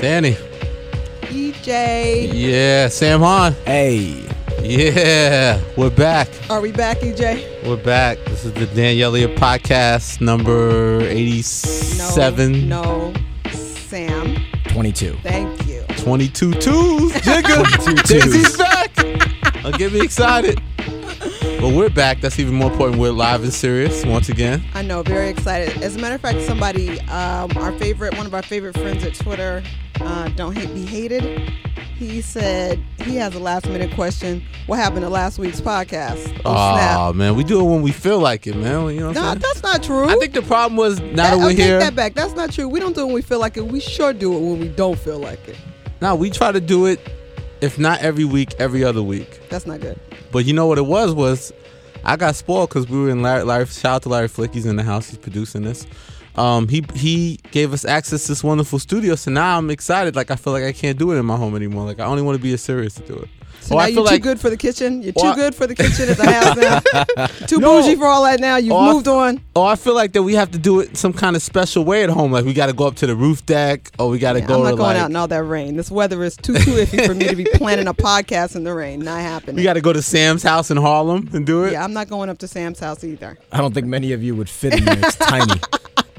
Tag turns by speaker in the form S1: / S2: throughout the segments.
S1: Danny.
S2: E EJ.
S1: Yeah. Sam Hahn.
S3: Hey,
S1: Yeah. We're back.
S2: Are we back, E EJ?
S1: We're back. This is the Dan Elliott podcast, number 87.
S2: No. Sam,
S3: 22.
S2: thank you.
S1: 22 twos. Jigga.
S3: 22 twos.
S1: Daisy's back. I'll get me excited. But we're back. That's even more important. We're live and serious once again.
S2: I know, very excited. As a matter of fact, somebody, um, our favorite, one of our favorite friends at Twitter, uh, don't hate, be hated. He said he has a last minute question. What happened to last week's podcast? Oh,
S1: Oh, man. We do it when we feel like it, man. You know what
S2: snap. No,
S1: I'm saying?
S2: that's not true.
S1: I think the problem was now that
S2: I'll
S1: we're
S2: take
S1: here.
S2: that back. That's not true. We don't do it when we feel like it. We sure do it when we don't feel like it.
S1: Now we try to do it, if not every week, every other week.
S2: That's not good.
S1: But you know what it was was, I got spoiled because we were in Larry, Larry. Shout out to Larry Flick. He's in the house. He's producing this. Um, he he gave us access to this wonderful studio. So now I'm excited. Like I feel like I can't do it in my home anymore. Like I only want to be as serious to do it.
S2: So
S1: Or
S2: now
S1: I
S2: you're
S1: feel
S2: too
S1: like
S2: good for the kitchen. You're
S1: Or
S2: too
S1: I-
S2: good for the kitchen at the house now. too
S1: No.
S2: bougie for all that now. You've
S1: Or I-
S2: moved on.
S1: oh I feel like that we have to do it some kind of special way at home. Like we got to go up to the roof deck or we got to
S2: Yeah,
S1: go
S2: I'm not
S1: to
S2: going
S1: like
S2: out in all that rain. This weather is too too iffy for me to be planning a podcast in the rain. Not happening.
S1: we got to go to Sam's house in Harlem and do it.
S2: yeah, I'm not going up to Sam's house either.
S3: I don't think many of you would fit in there. It's tiny.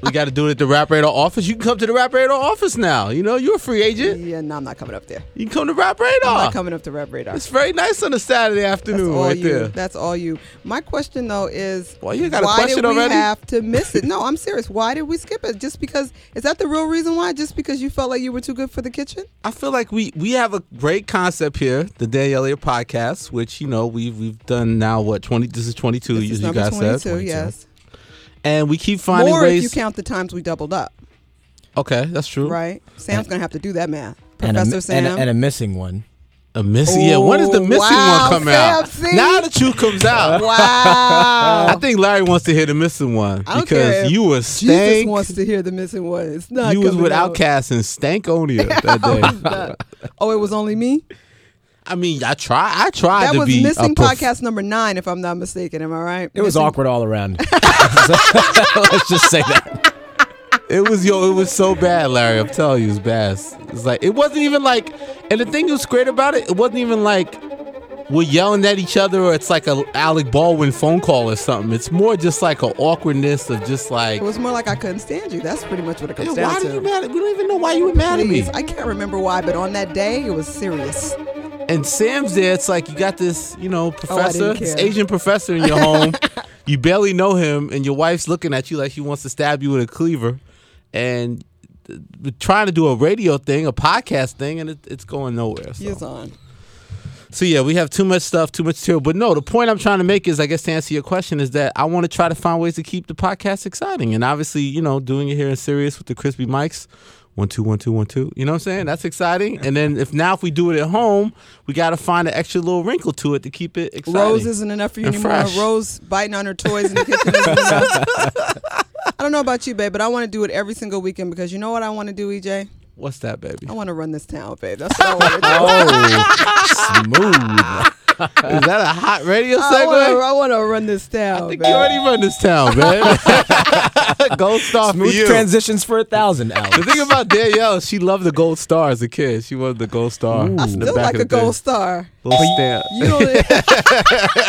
S1: We got to do it at the Rap Radar office. You can come to the Rap Radar office now. You know you're a free agent.
S2: Yeah, no, I'm not coming up there.
S1: You can come to Rap
S2: I'm
S1: Radar.
S2: not coming up to Red Radar.
S1: Ah. It's very nice on a Saturday
S2: That's
S1: afternoon,
S2: all
S1: right
S2: you.
S1: there.
S2: That's all you. My question though is,
S1: Well, you got a
S2: why
S1: question
S2: did we
S1: already?
S2: have to miss it? No, I'm serious. Why did we skip it? Just because? Is that the real reason why? Just because you felt like you were too good for the kitchen?
S1: I feel like we we have a great concept here, the Dan Elliott podcast, which you know we've we've done now what twenty. This is twenty two.
S2: This
S1: You,
S2: is
S1: you
S2: number
S1: guys
S2: 22.
S1: said,
S2: Yes.
S1: and we keep finding
S2: More if
S1: ways.
S2: you count the times we doubled up.
S1: okay, that's true.
S2: Right. Sam's gonna have to do that math.
S3: and, a,
S2: Professor
S3: mi-
S2: Sam.
S3: and, a, and a missing one.
S1: A missing. yeah. When does the
S2: Oh,
S1: missing
S2: wow,
S1: one come out?
S2: Sam, see?
S1: Now the truth comes out. I
S2: wow.
S1: think Larry wants to hear the missing one
S2: I don't
S1: because
S2: care if
S1: you were
S2: Jesus
S1: stank.
S2: wants to hear the missing one. It's not.
S1: You was
S2: coming
S1: with
S2: out.
S1: Outcast and Stankonia that day.
S2: Oh, it was only me.
S1: I mean, I try. I tried
S2: That
S1: to
S2: was
S1: be
S2: missing
S1: a prof-
S2: podcast number nine, if I'm not mistaken. Am I right?
S3: It was
S2: Missing-
S3: awkward all around. Let's just say that.
S1: It was yo, it was so bad, Larry. I'm telling you, it was bad. It's like it wasn't even like, and the thing that was great about it, it wasn't even like we're yelling at each other or it's like a Alec Baldwin phone call or something. It's more just like an awkwardness of just like,
S2: It was more like I couldn't stand you. That's pretty much what it
S1: "Yo,
S2: comes
S1: why
S2: down
S1: are you
S2: to.
S1: mad? At, we don't even know why you were mad at me.
S2: Please, I can't remember why, but on that day, it was serious.
S1: and Sam's there. It's like you got this, you know, professor,
S2: Oh, didn't
S1: this
S2: care.
S1: Asian professor in your home. you barely know him, and your wife's looking at you like she wants to stab you with a cleaver, and uh, we're trying to do a radio thing, a podcast thing, and it, it's going nowhere. So.
S2: Years on.
S1: So yeah, we have too much stuff, too much material. But no, the point I'm trying to make is, I guess, to answer your question is that I want to try to find ways to keep the podcast exciting, and obviously, you know, doing it here in serious with the crispy mics. One two one two one two. You know what I'm saying? That's exciting. And then if now if we do it at home, we got to find an extra little wrinkle to it to keep it exciting.
S2: Rose isn't enough for you
S1: And
S2: anymore.
S1: fresh.
S2: Rose biting on her toys in the kitchen. isn't enough. I don't know about you, babe, but I want to do it every single weekend because you know what I want to do, EJ?
S1: What's that, baby?
S2: I want to run this town, babe. That's what I want to do.
S3: Oh, smooth.
S1: Is that a hot radio
S2: I wanna-
S1: segue?
S2: I want to run this down.
S1: Oh, I think
S2: babe.
S1: you already run this town, man. Gold star for
S3: Smooth
S1: you.
S3: transitions for a thousand, Alex.
S1: the thing about Danielle, she loved the gold star as a kid. She wanted the gold star. in the
S2: Still
S1: back
S2: like
S1: of
S2: a
S1: the thing.
S2: gold star.
S1: Little stamp.
S2: You don't.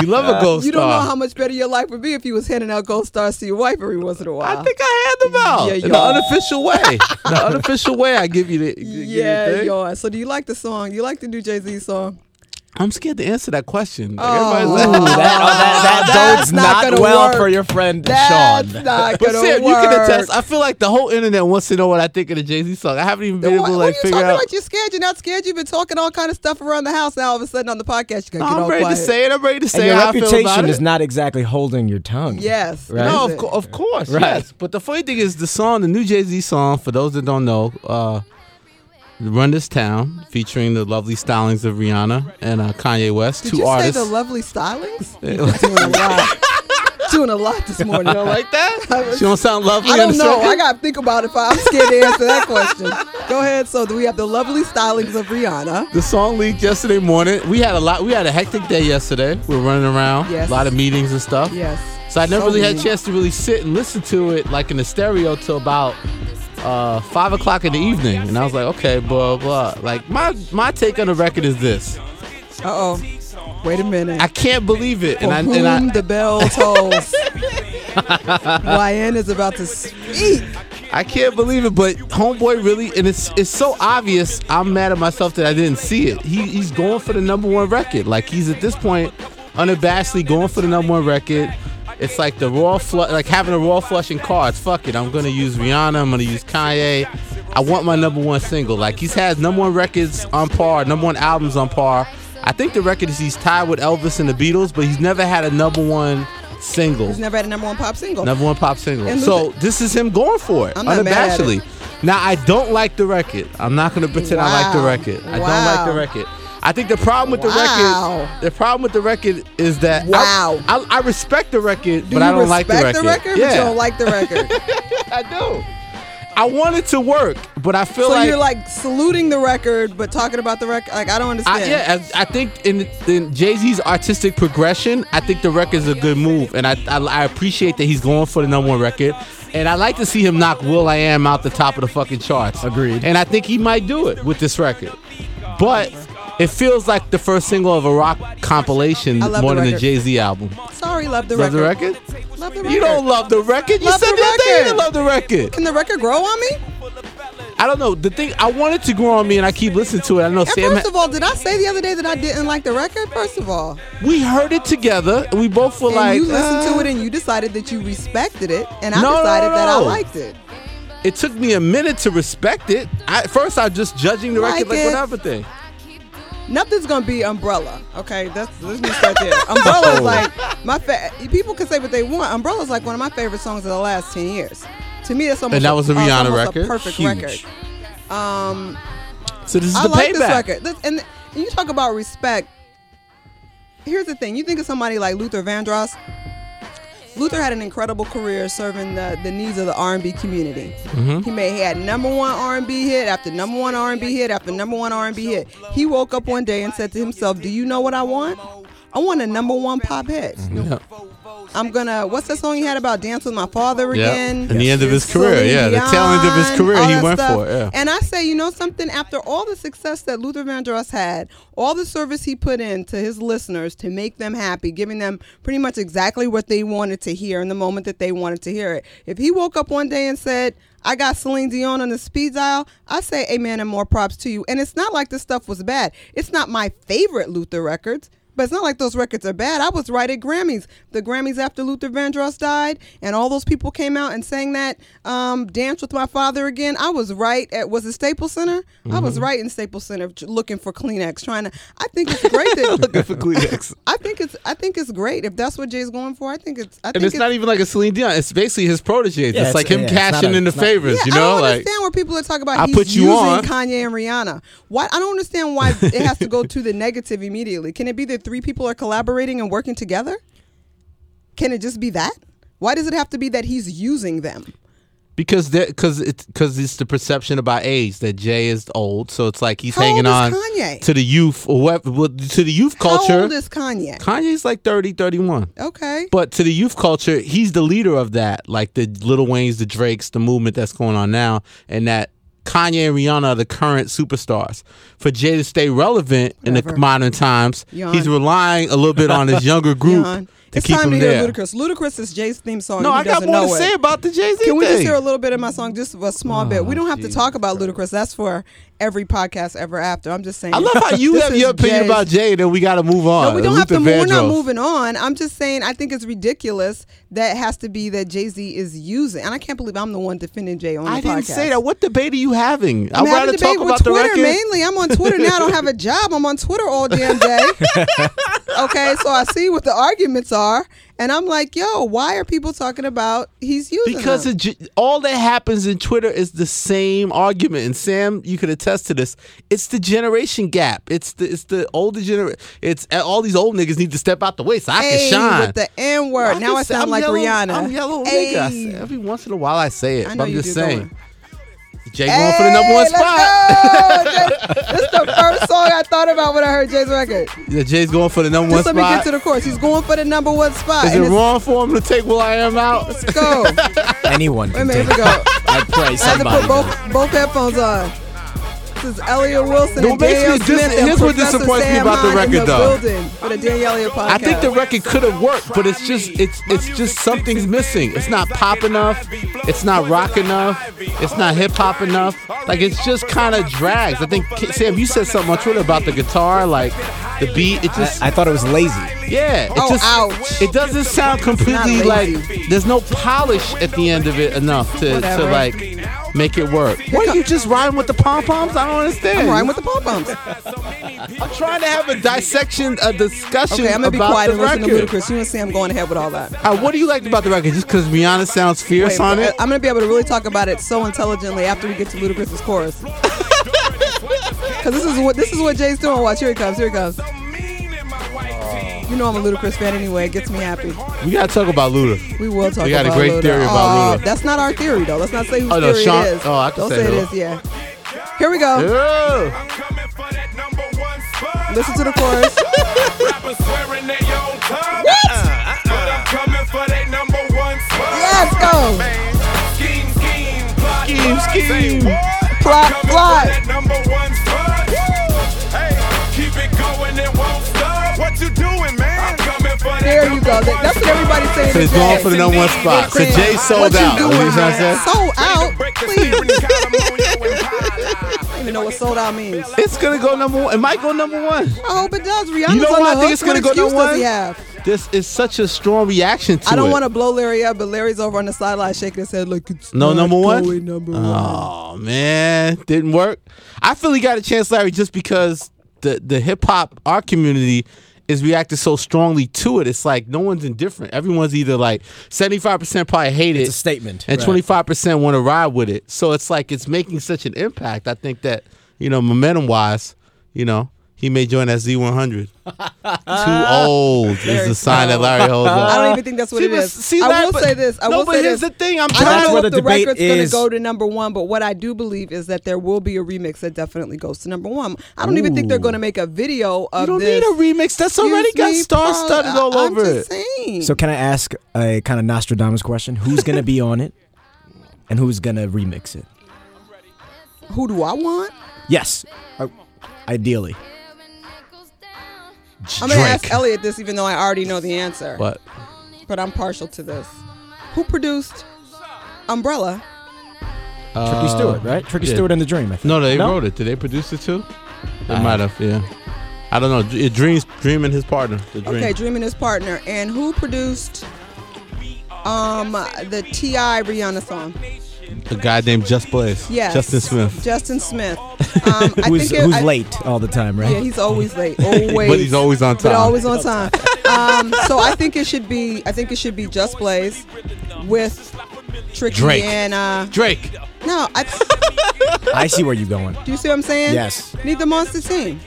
S1: You love a gold
S2: You don't
S1: star.
S2: know how much better your life would be if you was handing out gold stars to your wife every once in a while.
S1: I think I had them out
S2: Yeah,
S1: in the
S2: y'all.
S1: unofficial way. the unofficial way I give you the. give you the
S2: Yeah,
S1: thing.
S2: yeah. So do you like the song? You like the new Jay Z song?
S1: I'm scared to answer that question. Like,
S2: Oh.
S1: everybody's like-
S3: Ooh, that, oh, that, that
S2: That's
S3: bodes
S2: not
S3: not,
S2: gonna
S3: well
S2: work.
S3: for your friend
S2: That's
S3: Sean.
S2: not
S1: but
S2: gonna
S1: Sam,
S2: work.
S1: you can attest. I feel like the whole internet wants to know what I think of the Jay Z song. I haven't even been
S2: what,
S1: able to
S2: what
S1: like
S2: are you
S1: figure
S2: talking
S1: out.
S2: about? You're scared. You're not scared. You've been talking all kind of stuff around the house. Now all of a sudden on the podcast, you gotta get
S1: I'm
S2: all
S1: ready
S2: quiet.
S1: to say it. I'm ready to say
S3: and your
S1: how I feel
S3: reputation
S1: about
S3: is
S1: it.
S3: not exactly holding your tongue.
S2: Yes.
S3: Right.
S1: No,
S2: is
S1: of,
S2: it?
S1: co- of course,
S3: Right.
S1: yes. But the funny thing is, the song, the new Jay Z song, for those that don't know, uh, "Run This Town," featuring the lovely stylings of Rihanna and uh, Kanye West,
S2: Did
S1: two
S2: you
S1: artists.
S2: say the lovely stylings? doing a lot. doing a lot this morning.
S1: You don't like that? she don't sound lovely.
S2: I
S1: on
S2: don't
S1: the
S2: know.
S1: song?
S2: I gotta think about it. If I- I'm scared to answer that question. Go ahead. So we have the lovely stylings of Rihanna.
S1: The song leaked yesterday morning. We had a lot. We had a hectic day yesterday. We were running around.
S2: Yes.
S1: A lot of meetings and stuff.
S2: Yes.
S1: So I never
S2: So
S1: really had a
S2: many.
S1: chance to really sit and listen to it like in the stereo till about uh, five o'clock in the evening, and I was like, okay, blah blah. Like my my take on the record is this:
S2: Uh oh. Wait a minute.
S1: I can't believe it,
S2: For
S1: and I
S2: whom
S1: and I
S2: the bell tolls. YN is about to speak.
S1: I can't believe it, but homeboy really, and it's it's so obvious. I'm mad at myself that I didn't see it. He he's going for the number one record. Like he's at this point unabashedly going for the number one record. It's like the raw flush, like having a raw flush in cards. Fuck it, I'm gonna use Rihanna. I'm gonna use Kanye. I want my number one single. Like he's had number one records on par, number one albums on par. I think the record is he's tied with Elvis and the Beatles, but he's never had a number one single.
S2: He's never had a number one pop single.
S1: Number one pop single.
S2: And
S1: So
S2: Luther-
S1: this is him going for it,
S2: I'm not mad at
S1: unabashedly. Now I don't like the record. I'm not gonna pretend I like the
S2: Wow.
S1: record. I
S2: Wow.
S1: don't like the record. I think the problem with the
S2: Wow.
S1: record, the problem with the record is that I-
S2: Wow.
S1: I, I, respect the record,
S2: Do
S1: but
S2: you
S1: I don't like
S2: respect
S1: the record.
S2: but
S1: yeah,
S2: you don't like the record.
S1: I do. I want it to work, but I feel
S2: so
S1: like
S2: you're like saluting the record, but talking about the record. Like I don't
S1: I,
S2: understand.
S1: yeah, I, I think in, in Jay Z's artistic progression, I think the record's a good move, and I, I I appreciate that he's going for the number one record, and I like to see him knock Will I Am out the top of the fucking charts.
S3: Agreed.
S1: And I think he might do it with this record, but it feels like the first single of a rock compilation
S2: I love
S1: more
S2: the
S1: than a
S2: record.
S1: Jay Z album.
S2: Sorry, love the
S1: Love the
S2: record.
S1: record?
S2: Love the record.
S1: You don't love the record. You
S2: Love
S1: said
S2: the
S1: the other day you
S2: record.
S1: didn't love the record.
S2: Can the record grow on me?
S1: I don't know. The thing I wanted to grow on me, and I keep listening to it. I know
S2: And
S1: Sam.
S2: first of all, did I say the other day that I didn't like the record? First of all,
S1: we heard it together, and we both were
S2: and
S1: like,
S2: you listened
S1: "Uh,
S2: to it and you decided that you respected it, and I
S1: No, no,
S2: decided that I
S1: no.
S2: liked it.
S1: it took me a minute to respect it. I, at first, I was just judging the record
S2: Like
S1: like
S2: it.
S1: whatever thing.
S2: Nothing's gonna be umbrella. Okay, that's let's just start there.
S1: Oh.
S2: umbrella is like my fa- people can say what they want. Umbrella is like one of my favorite songs of the last ten years. To me, that's almost
S1: And that was a
S2: uh,
S1: Rihanna
S2: almost
S1: record.
S2: A perfect
S1: Huge.
S2: record. Um,
S1: So this is
S2: I
S1: the
S2: like
S1: payback.
S2: this record. This- and and you talk about respect. Here's the thing: you think of somebody like Luther Vandross. Luther had an incredible career serving the, the needs of the R&B community.
S1: Mm-hmm.
S2: He made he had number one R&B hit after number one R&B hit after number one R&B hit. He woke up one day and said to himself, "Do you know what I want? I want a number one pop hit.
S1: Yeah.
S2: I'm gonna. What's that song he had about dance with my father
S1: Yeah.
S2: again?
S1: And the end of his career,
S2: Celine
S1: yeah, the tail end of his
S2: Dion,
S1: career,
S2: all
S1: he
S2: that
S1: went for it, yeah.
S2: And I say, you know something? After all the success that Luther Vandross had, all the service he put in to his listeners to make them happy, giving them pretty much exactly what they wanted to hear in the moment that they wanted to hear it. If he woke up one day and said. I got Celine Dion on the speed dial. I say amen and more props to you. And it's not like this stuff was bad. It's not my favorite Luther records. But it's not like those records are bad. I was right at Grammys. The Grammys after Luther Vandross died, and all those people came out and sang that um, "Dance with My Father" again. I was right at was it Staples Center? I
S1: Mm-hmm.
S2: was right in Staples Center j- looking for Kleenex, trying to. I think it's great that
S1: Good for Kleenex.
S2: I think it's I think it's great if that's what Jay's going for. I think it's I think
S1: And it's not even like a Celine Dion. It's basically his protege. it's,
S3: it's-
S1: like him
S3: yeah, it's not
S1: cashing
S3: a-
S1: in the
S3: it's not-
S1: favors,
S2: Yeah,
S1: you know?
S2: I don't
S1: Like
S2: understand where people are talking about.
S1: I
S2: he's
S1: put you
S2: using
S1: on.
S2: Kanye and Rihanna. Why? I don't understand why it has to go to the negative immediately. Can it be that three people are collaborating and working together? Can it just be that? Why does it have to be that he's using them?
S1: because because it's because it's the perception about age that Jay is old, so it's like he's
S2: How
S1: hanging on
S2: old is Kanye?
S1: to the youth or whatever, well, to the youth culture.
S2: How old is Kanye?
S1: Kanye's like 30, 31.
S2: Okay.
S1: But to the youth culture, he's the leader of that, like the Little Wayne's, the Drakes, the movement that's going on now, and that Kanye and Rihanna are the current superstars. For Jay to stay relevant in the
S2: Whatever.
S1: modern times,
S2: Yawn.
S1: he's relying a little bit on his younger group
S2: Yawn.
S1: to
S2: it's
S1: keep
S2: time
S1: him
S2: to hear
S1: there.
S2: Ludacris. Ludacris is Jay's theme song.
S1: No,
S2: He
S1: I got
S2: doesn't
S1: more to
S2: know it.
S1: say about the Jay Z thing.
S2: Can we just hear a little bit of my song, just a small bit? We don't
S1: Oh,
S2: have to
S3: Jesus
S2: talk about Ludacris. That's for every podcast ever after. I'm just saying.
S1: I love how you
S2: This
S1: have
S2: is
S1: your opinion
S2: Jay's-
S1: about Jay, then we got to move on.
S2: No, we don't have
S1: Uh, Luther
S2: to. Move, we're not
S1: Vandross.
S2: moving on. I'm just saying. I think it's ridiculous that it has to be that Jay Z is using, and I can't believe I'm the one defending Jay on the
S1: I
S2: podcast.
S1: didn't say that. What debate are you having?
S2: I'm
S1: I'd
S2: having a
S1: rather
S2: debate
S1: talk
S2: with
S1: about the
S2: Twitter
S1: record.
S2: mainly. I'm on Twitter now. I don't have a job. I'm on Twitter all damn day. okay, so I see what the arguments are, and I'm like, yo, why are people talking about he's using
S1: Because
S2: them?
S1: it, ju- all that happens in Twitter is the same argument, and Sam, you could attest to this. It's the generation gap. It's the it's the older generation. It's uh, all these old niggas need to step out the way so I
S2: Ayy,
S1: can shine.
S2: with the N word. Now I
S1: just-
S2: sound
S1: I'm
S2: like
S1: yellow-
S2: Rihanna.
S1: I'm yellow
S2: Ayy.
S1: nigga. I say- every once in a while I say it.
S2: I
S1: but
S2: know
S1: I'm
S2: you
S1: just
S2: do, go
S1: saying.
S2: on.
S1: Jay going for the number one
S2: Hey, let's
S1: spot.
S2: go. Jay- this is the first song I thought about when I heard Jay's record.
S1: Yeah, Jay's going for the number
S2: Just
S1: one
S2: let me get
S1: spot.
S2: to the course. He's going for the number one spot.
S1: is
S2: and
S1: it
S2: it's- Oh,
S1: wrong for him to take Will I Am out?
S2: Go. Wait
S3: Anyone
S2: a
S3: can
S2: minute. Here
S3: take
S2: we go.
S3: I pray
S2: I had to put
S3: somebody.
S2: both both headphones on. This is Elliot Wilson
S1: What
S2: and
S1: makes
S2: Danielle
S1: me dis-
S2: Smith and
S1: here's what
S2: Professor
S1: disappoints me
S2: Sam
S1: about the
S2: Hahn in
S1: record, though.
S2: Building for the Danielle Elliott podcast.
S1: I think the record could have worked, but it's just it's it's just something's missing. It's not pop enough. It's not rock enough. It's not hip hop enough. Like it's just kind of drags. I think Sam, you said something on Twitter about the guitar, like the beat. It just
S3: I thought it was lazy.
S1: yeah. It
S2: Oh,
S1: just
S2: ouch.
S1: it doesn't sound completely
S2: It's not
S1: like
S2: lazy.
S1: there's no polish at the end of it enough to to
S2: Whatever.
S1: like make it work. What you just riding with the pom poms? I don't understand.
S2: I'm riding with the pom poms.
S1: I'm trying to have a dissection, a discussion
S2: Okay, I'm gonna
S1: about
S2: be quiet
S1: the
S2: and listen to
S1: record.
S2: Ludacris. You and Sam going ahead with all that.
S1: Uh, what do you like about the record? Just because Rihanna sounds fierce
S2: Wait,
S1: on
S2: but uh,
S1: it?
S2: I'm gonna be able to really talk about it so intelligently after we get to Ludacris's chorus. Cause this is what this is what Jay's doing. Watch, here he comes, here he comes. Oh. You know I'm a Ludacris fan anyway. It gets me happy.
S1: we gotta talk about Luda.
S2: We will talk.
S1: We got a
S2: about
S1: great
S2: Luda.
S1: theory about
S2: Uh,
S1: Luda.
S2: That's not our theory though. Let's not say whose
S1: Oh, no,
S2: theory
S1: Sean-
S2: it is.
S1: oh, I can
S2: Don't
S1: say
S2: say it
S1: who.
S2: is. Yeah. Here we go.
S1: Yeah.
S2: Listen to the chorus.
S4: Rappers swearing they own tongue. But uh, I'm coming for they number one spot.
S2: Let's go.
S4: Scheme, scheme, plot,
S1: Scheme,
S4: plot.
S1: scheme.
S4: Say what?
S2: Plot,
S4: I'm coming
S2: plot.
S4: for that number one spot. Hey, keep it going, it won't stop. What you doing, man? I'm coming for that
S2: There you go.
S4: number
S2: That-
S4: one
S2: That's what everybody's
S4: spot.
S2: saying.
S1: So he's
S2: today.
S1: going for the number one spot. So
S2: Chris,
S1: Jay sold
S2: what
S1: out.
S2: You
S1: You
S2: doing?
S1: know what I'm saying?
S2: Sold
S4: Ready
S2: out.
S4: to break the
S2: Please.
S4: ceiling,
S2: I
S4: count 'em on you and holla.
S2: don't even know what sold out means.
S1: It's gonna go number one. It might go number one.
S2: I hope it does. Rihanna's
S1: You know
S2: on
S1: why I
S2: the
S1: think
S2: hook.
S1: it's gonna
S2: What
S1: go
S2: excuse
S1: to one?
S2: does he have?
S1: This is such a strong reaction to
S2: I don't
S1: it.
S2: want to blow Larry up, but Larry's over on the sideline shaking his head like it's
S1: No
S2: not
S1: number one?
S2: going number one.
S1: Oh man, didn't work. I feel he got a chance, Larry, just because the the hip hop our community is reacting so strongly to it. It's like no one's indifferent. Everyone's either like seventy five percent probably hate it,
S3: It's a statement,
S1: and
S3: right.
S1: twenty five percent want to ride with it. So it's like it's making such an impact. I think that you know, momentum wise, you know. He may join that Z100. Too old is the sign that Larry holds up.
S2: I don't even think that's what
S1: See,
S2: it
S1: but-
S2: is.
S1: see,
S2: I
S1: Larry,
S2: will
S1: but-
S2: say this. I
S1: no,
S2: will
S1: but
S2: say
S1: here's
S2: this.
S1: the thing. I'm
S2: I
S1: trying
S3: that's
S2: don't know
S3: where
S2: if
S3: the
S2: the
S3: debate
S2: record's going to
S3: is.
S2: go to number one, but what I do believe is that there will be a remix that definitely goes to number one. I don't even think they're
S3: Ooh.
S2: going to make a video of
S1: You don't
S2: this.
S1: need a remix. That's
S2: Excuse
S1: already got
S2: me,
S1: star
S2: Paul,
S1: studded
S2: I-
S1: all over
S2: I'm
S1: it.
S2: just saying.
S3: So can I ask a kind of Nostradamus question? Who's gonna be on it, and who's gonna remix it?
S2: Who do I want?
S3: Yes, uh, ideally.
S2: I'm going to
S1: Drake.
S2: ask Elliot this, even though I already know the answer.
S1: What?
S2: But I'm partial to this. Who produced Umbrella?
S3: Tricky Stewart, right? Tricky
S1: Uh, yeah.
S3: Stewart and the Dream. I think.
S1: No, Uh, they wrote it. Did they produce it too? They might have. Yeah. I don't know. Dr- Dreams, Dream and his partner, the Dream.
S2: Okay, Dream and his partner. And who produced um the T.I. Rihanna song?
S1: the guy named Just Blaze.
S2: Yes.
S1: Justin Smith.
S2: Justin Smith. Um, I
S3: Who's,
S2: think it-
S3: who's
S2: I-
S3: late all the time, right?
S2: Yeah, he's always late. Always.
S1: But he's always on
S2: But
S1: time.
S2: always on time. Um, so I think it should be. I think it should be Just Blaze with Tricky
S1: Drake.
S2: and uh,
S1: Drake.
S2: no. I,
S3: I see where you're going.
S2: do you see what I'm saying?
S3: Yes.
S2: Need the monster team.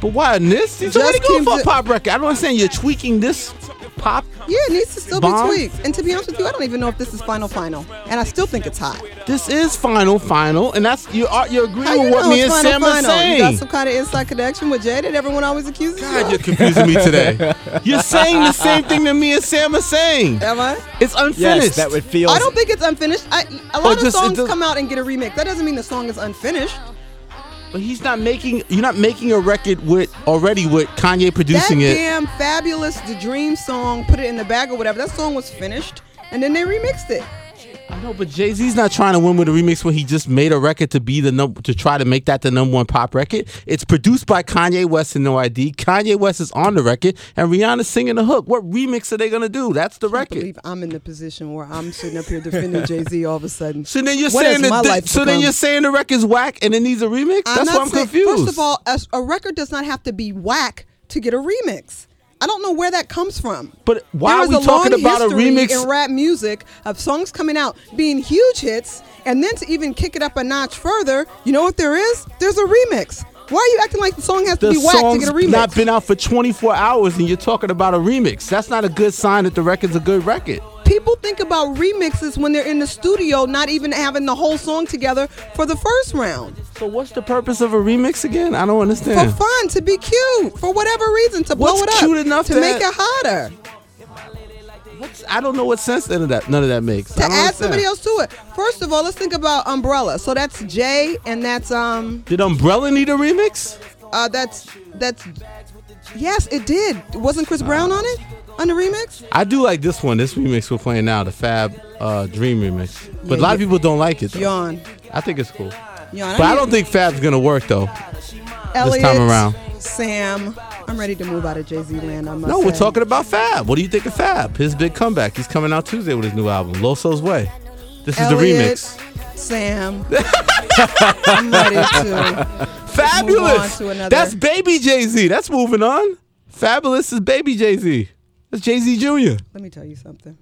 S1: But why in this? He's
S2: Just
S1: already going
S2: came
S1: for a
S2: to-
S1: pop record. I don't understand. You're tweaking this pop.
S2: Yeah, it needs to still
S1: Bomb.
S2: be tweaked. And to be honest with you, I don't even know if this is final final. And I still think it's hot.
S1: This is final, final, and that's you. Are you agreeing
S2: How you
S1: with what
S2: know
S1: me and
S2: it's final
S1: Sam are
S2: final? You got
S1: saying?
S2: some kind of inside connection with Jay that everyone always accuses
S1: God,
S2: you
S1: you're
S2: of?
S1: confusing me today. You're saying the same thing that me and Sam are saying.
S2: Am I?
S1: It's unfinished.
S3: Yes, that would feel.
S2: I don't think it's unfinished. I, a
S1: Or
S2: lot of
S1: Oh, just- it
S2: songs
S1: does-
S2: come out and get a remix. That doesn't mean the song is unfinished.
S1: But he's not making. You're not making a record with already with Kanye producing
S2: that
S1: it.
S2: damn fabulous the dream song put it in the bag or whatever that song was finished and then they remixed it
S1: I know, but Jay Z's not trying to win with a remix when he just made a record to be the num- to try to make that the number one pop record. It's produced by Kanye West and No ID. Kanye West is on the record, and Rihanna's singing the hook. What remix are they gonna do? That's the
S2: i
S1: record.
S2: believe i'm in the position where i'm sitting up here defending jay-z all of a sudden
S1: So then you're
S2: What has
S1: saying
S2: my
S1: that
S2: life
S1: so then
S2: become?
S1: you're saying the record's whack and it needs a remix. That's
S2: not
S1: why I'm
S2: saying-
S1: confused.
S2: first of all a, a record does not have to be whack to get a remix I don't know where that comes from.
S1: But why
S2: There
S1: are
S2: is
S1: we
S2: a
S1: talking
S2: long
S1: about a
S2: history
S1: remix-
S2: in rap music of songs coming out being huge hits, and then to even kick it up a notch further? You know what there is? There's a remix. Why are you acting like the song has to
S1: the
S2: be whack to
S1: song's
S2: get a remix?
S1: not been out for 24 hours, and you're talking about a remix. That's not a good sign that the record's a good record.
S2: People think about remixes when they're in the studio, not even having the whole song together for the first round.
S1: So what's the purpose of a remix again? I don't
S2: For
S1: understand.
S2: fun, to be cute, for whatever reason, to blow
S1: What's
S2: it up,
S1: cute enough
S2: to
S1: that-
S2: make it hotter.
S1: what's, I don't know what sense none of that none of that makes.
S2: to
S1: I don't
S2: add somebody
S1: understand.
S2: else to it. First of all, let's think about Umbrella. So that's Jay, and that's um,
S1: Did Umbrella need a remix?
S2: uh, that's that's yes, it did. Wasn't Chris Brown on it on the remix?
S1: I do like this one. This remix we're playing now, the Fab uh, Dream remix. But a
S2: Yeah,
S1: lot of
S2: you-
S1: people don't like it. though.
S2: Yawn,
S1: I think it's cool.
S2: yawn.
S1: But I
S2: need
S1: don't think Fab's gonna work though.
S2: Elliot,
S1: time around.
S2: Sam, I'm ready to move out of Jay Z land. I must
S1: No, we're
S2: say.
S1: talking about Fab. What do you think of Fab? His big comeback. He's coming out Tuesday with his new album, Loso's Way. This is the
S2: Elliot,
S1: remix.
S2: Sam. I'm ready to.
S1: Fabulous.
S2: to another-
S1: That's baby Jay Z. That's moving on. Fabulous is baby Jay Z. That's Jay Z Jr.
S2: Let me tell you something.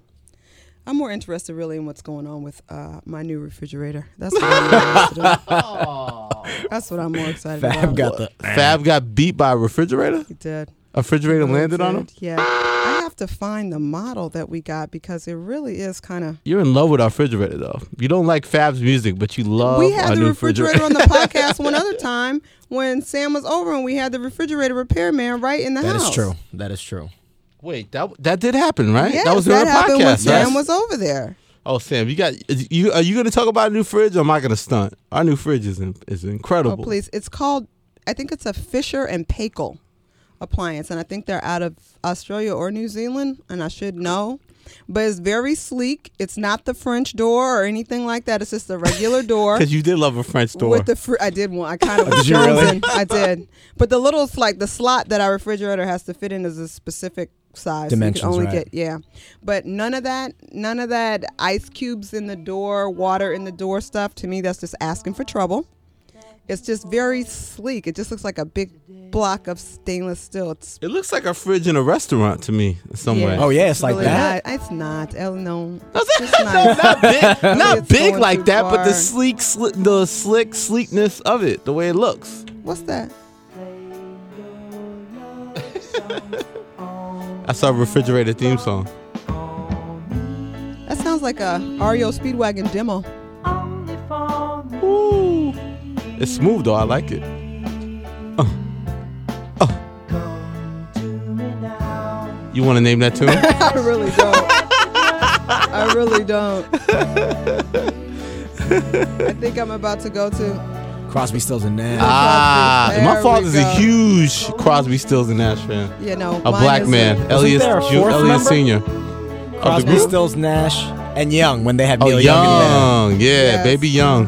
S2: I'm more interested really in what's going on with uh, my new refrigerator. That's what I'm more interested in. That's what I'm more excited
S3: Fab
S2: about.
S3: got the.
S1: Fab got beat by a refrigerator.
S2: He did.
S1: A refrigerator landed on him.
S2: Yeah. I have to find the model that we got because it really is kind of.
S1: You're in love with our refrigerator though. You don't like Fab's music, but you love
S2: We
S1: our
S2: had the
S1: new
S2: refrigerator on the podcast one other time when Sam was over and we had the refrigerator repairman right in the
S3: That
S2: house.
S3: is true. That is true.
S1: Wait, that that did happen, right?
S2: Yes,
S1: that was during
S2: that
S1: the
S2: happened
S1: podcast.
S2: when Sam
S1: yes.
S2: was over there.
S1: Oh, Sam, you got you. Are you going to talk about a new fridge? or Am I going to stunt? Our new fridge is in, is
S2: Oh,
S1: incredible.
S2: please. It's called, I think it's a Fisher and Paykel appliance, and I think they're out of Australia or New Zealand, and I should know. But it's very sleek. It's not the French door or anything like that. It's just a regular door.
S1: because you did love a French door.
S2: With the fr- I did one. I kind of was
S3: Oh, Did you really?
S2: jonesing. I did. But the little it's like the slot that our refrigerator has to fit in is a specific size. So you
S3: Dimensions,
S2: can only
S3: right.
S2: get yeah. But none of that none of that ice cubes in the door, water in the door stuff to me that's just asking for trouble. It's just very sleek. It just looks like a big block of stainless steel. It's
S1: it looks like a fridge in a restaurant to me in some way.
S3: Oh, yeah, it's like
S2: really
S3: that?
S2: Not, it's not. Hell no.
S1: It's
S2: It's not.
S1: not big, not
S2: It's
S1: big
S2: going
S1: like
S2: too
S1: that, but the
S2: far.
S1: sleek, sli- the slick sleekness of it, the way it looks.
S2: What's that?
S1: I saw a refrigerator theme song.
S2: That sounds like a REO Speedwagon demo.
S1: Ooh, it's smooth though. I like it. Uh. Uh. You want to name that tune?
S2: I really don't. I really don't. I think I'm about to go to.
S3: Crosby, Stills, and Nash.
S1: Ah,
S2: There
S1: my
S2: we
S1: father's a
S2: go.
S1: huge Crosby, Stills, and Nash fan.
S2: You know,
S1: A black man, Elliot,
S3: there a
S1: Ju-
S3: fourth
S1: Elliot
S3: member?
S1: Senior. Of the
S3: Crosby,
S1: group.
S3: Stills, Nash, and Young when they had
S1: Oh,
S3: Neil Young.
S1: young,
S3: and
S1: yeah,
S2: Yes.
S1: baby young.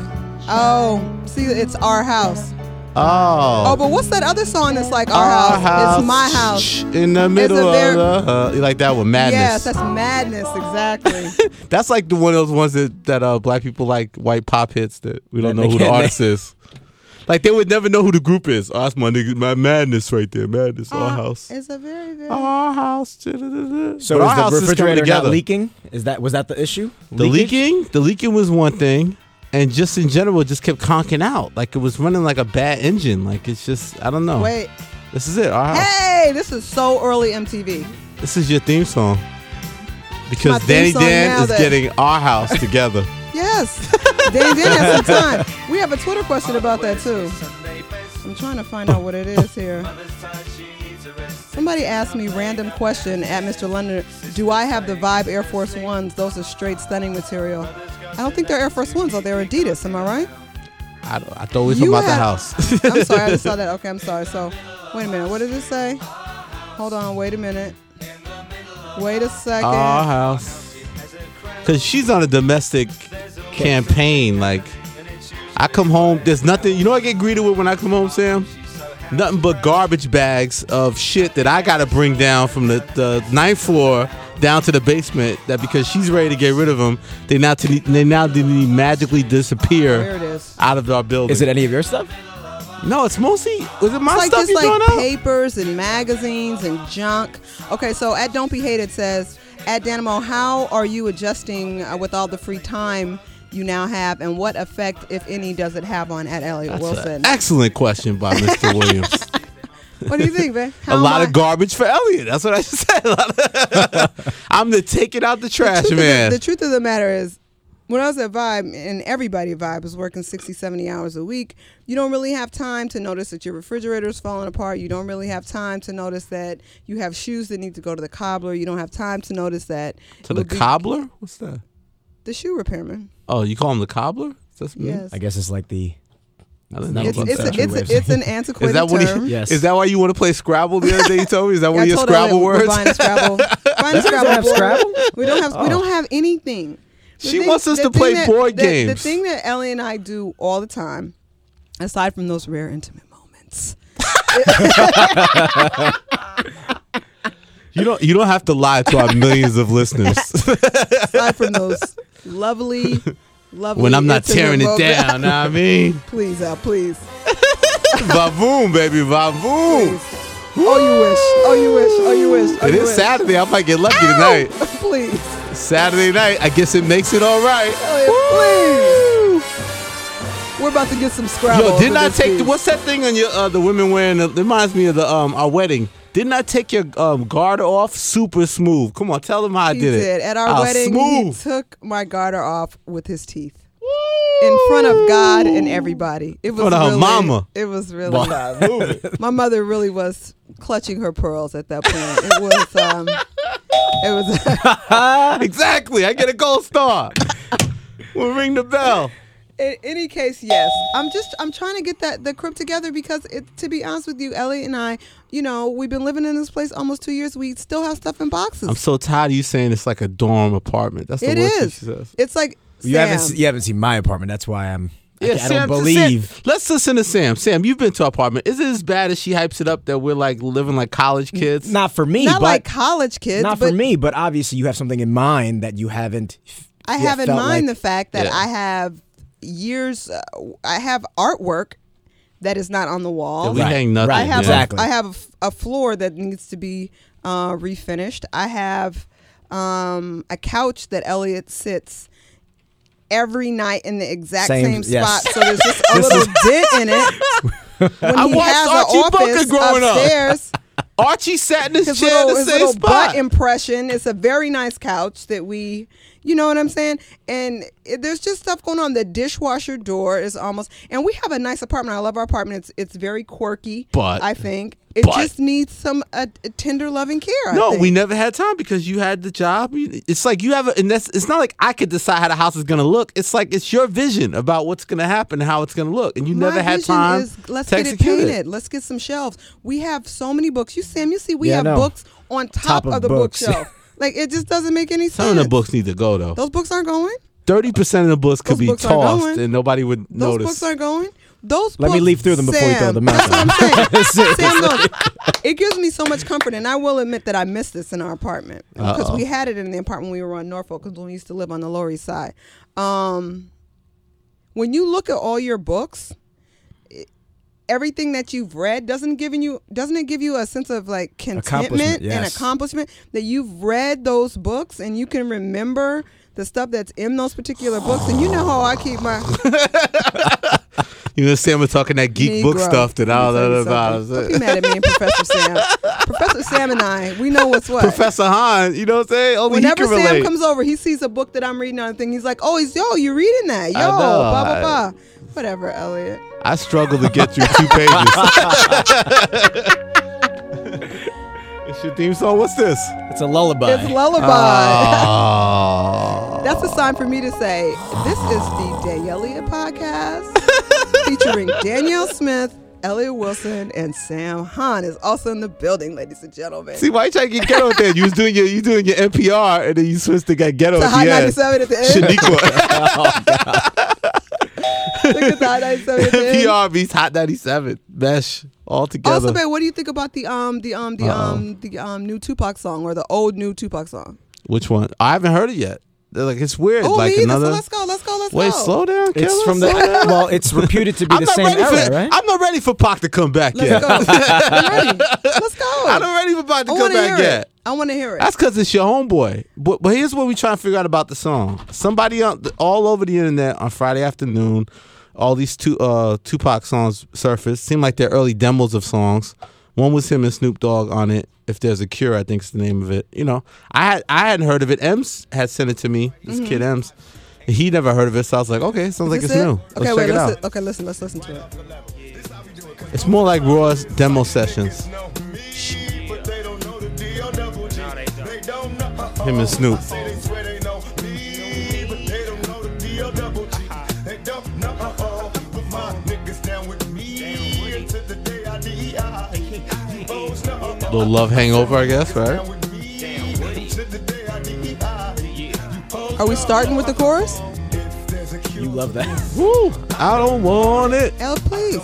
S2: Oh, see, it's our house. Oh,
S1: Oh,
S2: but what's that other song that's like our, house? It's my house.
S1: Shh, In the middle of
S2: very-
S1: the, uh, you like that one,
S2: Yes,
S1: madness.
S2: that's madness. Exactly.
S1: that's, like the one of those ones that that uh, black people like white pop hits that we don't
S3: That
S1: know who
S3: they
S1: the
S3: can't
S1: artist is. Like they would never know who the group is. Oh, that's my nigga, my madness right there, madness. Our house,
S2: Uh, it's a very, very.
S1: our house.
S3: So
S1: But our
S3: is
S1: house
S3: the
S1: coming
S3: refrigerator not
S1: together.
S3: leaking? Is that was that the issue?
S1: The leaking, the leaking was one thing, and just in general, it just kept conking out. Like it was running like a bad engine. Like it's just, I don't know.
S2: Wait.
S1: This is it. Our house.
S2: Hey, this is so early MTV.
S1: This is your theme song.
S2: my
S1: Because
S2: theme
S1: Danny
S2: song
S1: Dan
S2: now
S1: is
S2: that-
S1: getting our house together.
S2: Yes. they did have some time. We have a Twitter question about that too. I'm trying to find out what it is here. Somebody asked me random question at Mr. London. Do I have the Vibe Air Force Ones? Those are straight stunning material. I don't think they're Air Force Ones, though. They're Adidas. Am I right?
S1: I, don't- I thought we were talking
S2: You
S1: about the
S2: have-
S1: house.
S2: I'm sorry. I just saw that. Okay, I'm sorry. So, wait a minute. What does it say? Hold on. Wait a minute. Wait a second.
S1: our house. Because she's on a domestic campaign. Like, I come home, there's nothing. You know what I get greeted with when I come home, Sam? Nothing but garbage bags of shit that I got to bring down from the, the ninth floor down to the basement. That because she's ready to get rid of them, they now to, they now didn't magically
S2: There
S1: disappear
S2: it is.
S1: out of our building.
S3: Is it any of your stuff?
S1: No, it's mostly. Was it my
S2: It's like
S1: stuff
S2: just
S1: you
S2: like
S1: throwing out?
S2: papers and magazines and junk. Okay, so at Don't Be Hated says, at Dynamo, how are you adjusting uh, with all the free time you now have, and what effect, if any, does it have on at Elliot
S1: That's an
S2: Wilson?
S1: excellent question by Mr. Williams.
S2: what do you think, man?
S1: a lot of garbage for Elliot. That's what I just said. A lot of- I'm the take it out the trash
S2: truth of the-
S1: man.
S2: the truth of the matter is, when I was at Vibe, and everybody at Vibe was working 60, 70 hours a week, you don't really have time to notice that your refrigerator is falling apart. You don't really have time to notice that you have shoes that need to go to the cobbler. You don't have time to notice that.
S1: To
S2: it
S1: the
S2: would be-
S1: cobbler? What's that?
S2: The shoe repairman.
S1: Oh, you call him the cobbler? That's
S2: Yes.
S3: I guess it's like the
S1: I didn't know
S2: It's,
S1: about
S2: it's,
S1: that.
S2: a, it's, a, it's an antiquated
S1: Is that what
S2: term.
S1: he,
S3: Yes.
S1: Is that why you want to play Scrabble the other day? You told me. Is that one of
S2: Yeah,
S1: your
S2: I told Ellen
S1: Scrabble
S2: we're
S1: words?
S2: Buying a Scrabble. Buying a Scrabble
S3: have
S2: board.
S3: Scrabble?
S2: We don't have. We don't have anything. The
S1: Oh. She wants us
S2: the
S1: to play
S2: that-
S1: board
S2: the- The,
S1: games.
S2: thing that Ellie and I do all the time, aside from those rare intimate moments,
S1: You don't. You don't have to lie to our millions of listeners
S2: aside from those lovely, lovely.
S1: when I'm not
S2: intimate
S1: tearing it
S2: moments-
S1: down. know what I mean,
S2: please, Al, please,
S1: Vavoom, baby,
S2: please.
S1: Vavoom.
S2: Oh, you wish. Oh, you wish. Oh, you wish. Oh,
S1: It
S2: you
S1: is
S2: wish.
S1: Saturday. I might get lucky
S2: Ow!
S1: tonight.
S2: please,
S1: Saturday night. I guess it makes it all right.
S2: Elliot, please. We're about to get some Scrabble.
S1: Yo, didn't
S2: for
S1: I
S2: this
S1: take
S2: piece.
S1: the, what's that thing on your uh, the women wearing? The, reminds me of the um our wedding. Didn't I take your um, guard off? Super smooth. Come on, tell them how I
S2: He
S1: did,
S2: did,
S1: it.
S2: At our
S1: Ah,
S2: wedding,
S1: smooth.
S2: he took my garter off with his teeth. In front of God and everybody. It was
S1: front of her
S2: really,
S1: mama.
S2: It was really
S1: Vavoom.
S2: my mother really was clutching her pearls at that point. It was um it was
S1: exactly. I get a gold star. we'll ring the bell.
S2: in any case, yes. I'm just I'm trying to get that the crib together because it to be honest with you, Ellie and I, you know, we've been living in this place almost two years. We still have stuff in boxes.
S1: I'm so tired of you saying it's like a dorm apartment. That's the
S2: it
S1: worst thing
S2: is.
S1: she says.
S2: It's like
S3: you haven't
S2: Sam.
S3: se- you haven't seen my apartment. That's why I'm. I ca- I,
S1: Sam- Sam-
S3: don't believe.
S1: let's listen to Sam. Sam, you've been to our apartment. Is it as bad as she hypes it up that we're like living like college kids?
S3: Not for me.
S2: not
S3: but
S2: like college kids,
S3: not
S2: but
S3: for me. But obviously, you have something in mind that you haven't. f-
S2: I
S3: yet
S2: have in
S3: felt
S2: mind
S3: like-
S2: the fact that
S1: Yeah.
S2: I have years. Uh, I have artwork that is not on the
S1: Yeah,
S2: wall.
S1: we
S3: Right,
S1: hang nothing.
S2: I
S3: right,
S2: have.
S1: yeah.
S3: Exactly.
S2: A, I have a f- a, floor that needs to be uh, refinished. I have um, a couch that Elliot sits every night in the exact same,
S3: Same-
S2: spot.
S3: yes.
S2: So there's just a little dent in it. When
S1: I
S2: he
S1: watched
S2: has a
S1: Archie Bunker
S2: office
S1: growing up.
S2: upstairs,
S1: Archie sat in his,
S2: his
S1: chair
S2: little,
S1: in the
S2: his
S1: same
S2: little
S1: spot.
S2: butt impression. It's a very nice couch that we, you know what I'm saying? And it, there's just stuff going on. The dishwasher door is almost, and we have a nice apartment. I love our apartment. It's it's very quirky,
S1: But-
S2: I think it
S1: but-
S2: just needs some uh, tender loving care. I
S1: no,
S2: think.
S1: we never had time because you had the job. You- It's like you have, a, and that's. It's not like I could decide how the house is gonna look. It's like it's your vision about what's gonna happen and how it's gonna look, and you
S2: My
S1: never had
S2: vision
S1: time
S2: Is, let's
S1: to
S2: get it
S1: execute
S2: painted.
S1: it.
S2: Let's get some shelves. We have so many books. You Sam, you see, we
S3: Yeah, I
S2: have
S3: know.
S2: books on top,
S3: Top of
S2: the
S3: books.
S2: bookshelf. like it just doesn't make any sense.
S1: Some of the books need to go though.
S2: Those books aren't going.
S1: Thirty percent of the books could
S2: Those
S1: be
S2: books are
S1: tossed
S2: going.
S1: and nobody would
S2: Those
S1: notice.
S2: books are going. Those
S3: Let me
S2: books-
S3: leaf through them before you throw
S2: Sam,
S3: them out.
S2: That's what I'm saying.
S3: Seriously.
S2: Sam, look, it gives me so much comfort, and I will admit that I missed this in our apartment because
S1: Uh-oh.
S2: we had it in the apartment we were on Norfolk because we used to live on the Lower East Side. Um, when you look at all your books, it- everything that you've read doesn't giving you doesn't it give you a sense of like contentment
S3: Accomplishment,
S2: and
S3: yes.
S2: accomplishment that you've read those books and you can remember the stuff that's in those particular books and you know how I keep my
S1: you know, Sam was talking that geek book
S2: Negro.
S1: stuff that I
S2: Let me tell you
S1: don't know about.
S2: something. Don't be mad at me and Professor Sam. Professor Sam and I, we know what's what.
S1: Professor Hahn, you know what I'm saying? Only he
S2: Whenever
S1: can
S2: Sam
S1: relate.
S2: comes over, he sees a book that I'm reading on a thing. He's like, "Oh, he's yo, you reading that? Yo,
S1: know,
S2: blah blah
S1: I-
S2: blah." Whatever, Elliot.
S1: I struggle to get through two pages. it's your theme song. What's this?
S3: It's a lullaby.
S2: It's lullaby.
S1: Oh.
S2: That's a sign for me to say this is the Daniela podcast featuring Danielle Smith, Elliot Wilson, and Sam Hahn is also in the building, ladies and gentlemen.
S1: See, why you trying to get ghetto there? You was doing your you doing your NPR and then you switched to get ghetto
S2: the
S1: at
S2: high
S1: the end.
S2: 97 at the end.
S1: Shaniqua.
S2: Look at the high 97 at the end.
S1: NPR beats Hot 97. Mesh all together. Uh-uh.
S2: Also, babe, what do you think about the um the um the
S1: Uh-oh.
S2: um the um new Tupac song or the old new Tupac song?
S1: Which one? I haven't heard it yet. They're like it's weird.
S2: Oh,
S1: like
S2: me either.
S1: another.
S2: So let's go. Let's go. Let's
S1: Wait,
S2: go.
S1: slow down.
S3: It's
S1: Kayla,
S3: from the
S1: slow down.
S3: well. It's reputed to be
S1: I'm
S3: the
S1: not
S3: same
S1: ready
S3: era,
S1: for.
S3: right?
S1: I'm not ready for Pac to come back
S2: Let's
S1: yet.
S2: go. I'm ready. Let's go.
S1: I'm not ready for Pac to
S2: I
S1: come
S2: want to hear
S1: back yet.
S2: it. I want to hear it.
S1: That's because it's your homeboy. But, but here's what we trying to figure out about the song. Somebody on, all over the internet on Friday afternoon, all these two uh, Tupac songs surfaced. Seem like they're early demos of songs. One was him and Snoop Dogg on it. If there's a cure, I think's the name of it. You know, I had I hadn't heard of it. Ems had sent it to me. This kid Ems, He never heard of it, so I was like, okay, sounds like
S2: Mm-hmm. This
S1: it's new.
S2: it? Okay,
S1: Let's
S2: wait,
S1: check it
S2: let's
S1: out.
S2: li- okay, listen, let's listen to it.
S1: It's more like Raw's demo sessions. Him and Snoop. Little love hangover, I guess, right?
S2: Are we starting with the chorus?
S3: You love that.
S1: Woo! I don't want it.
S2: L, please.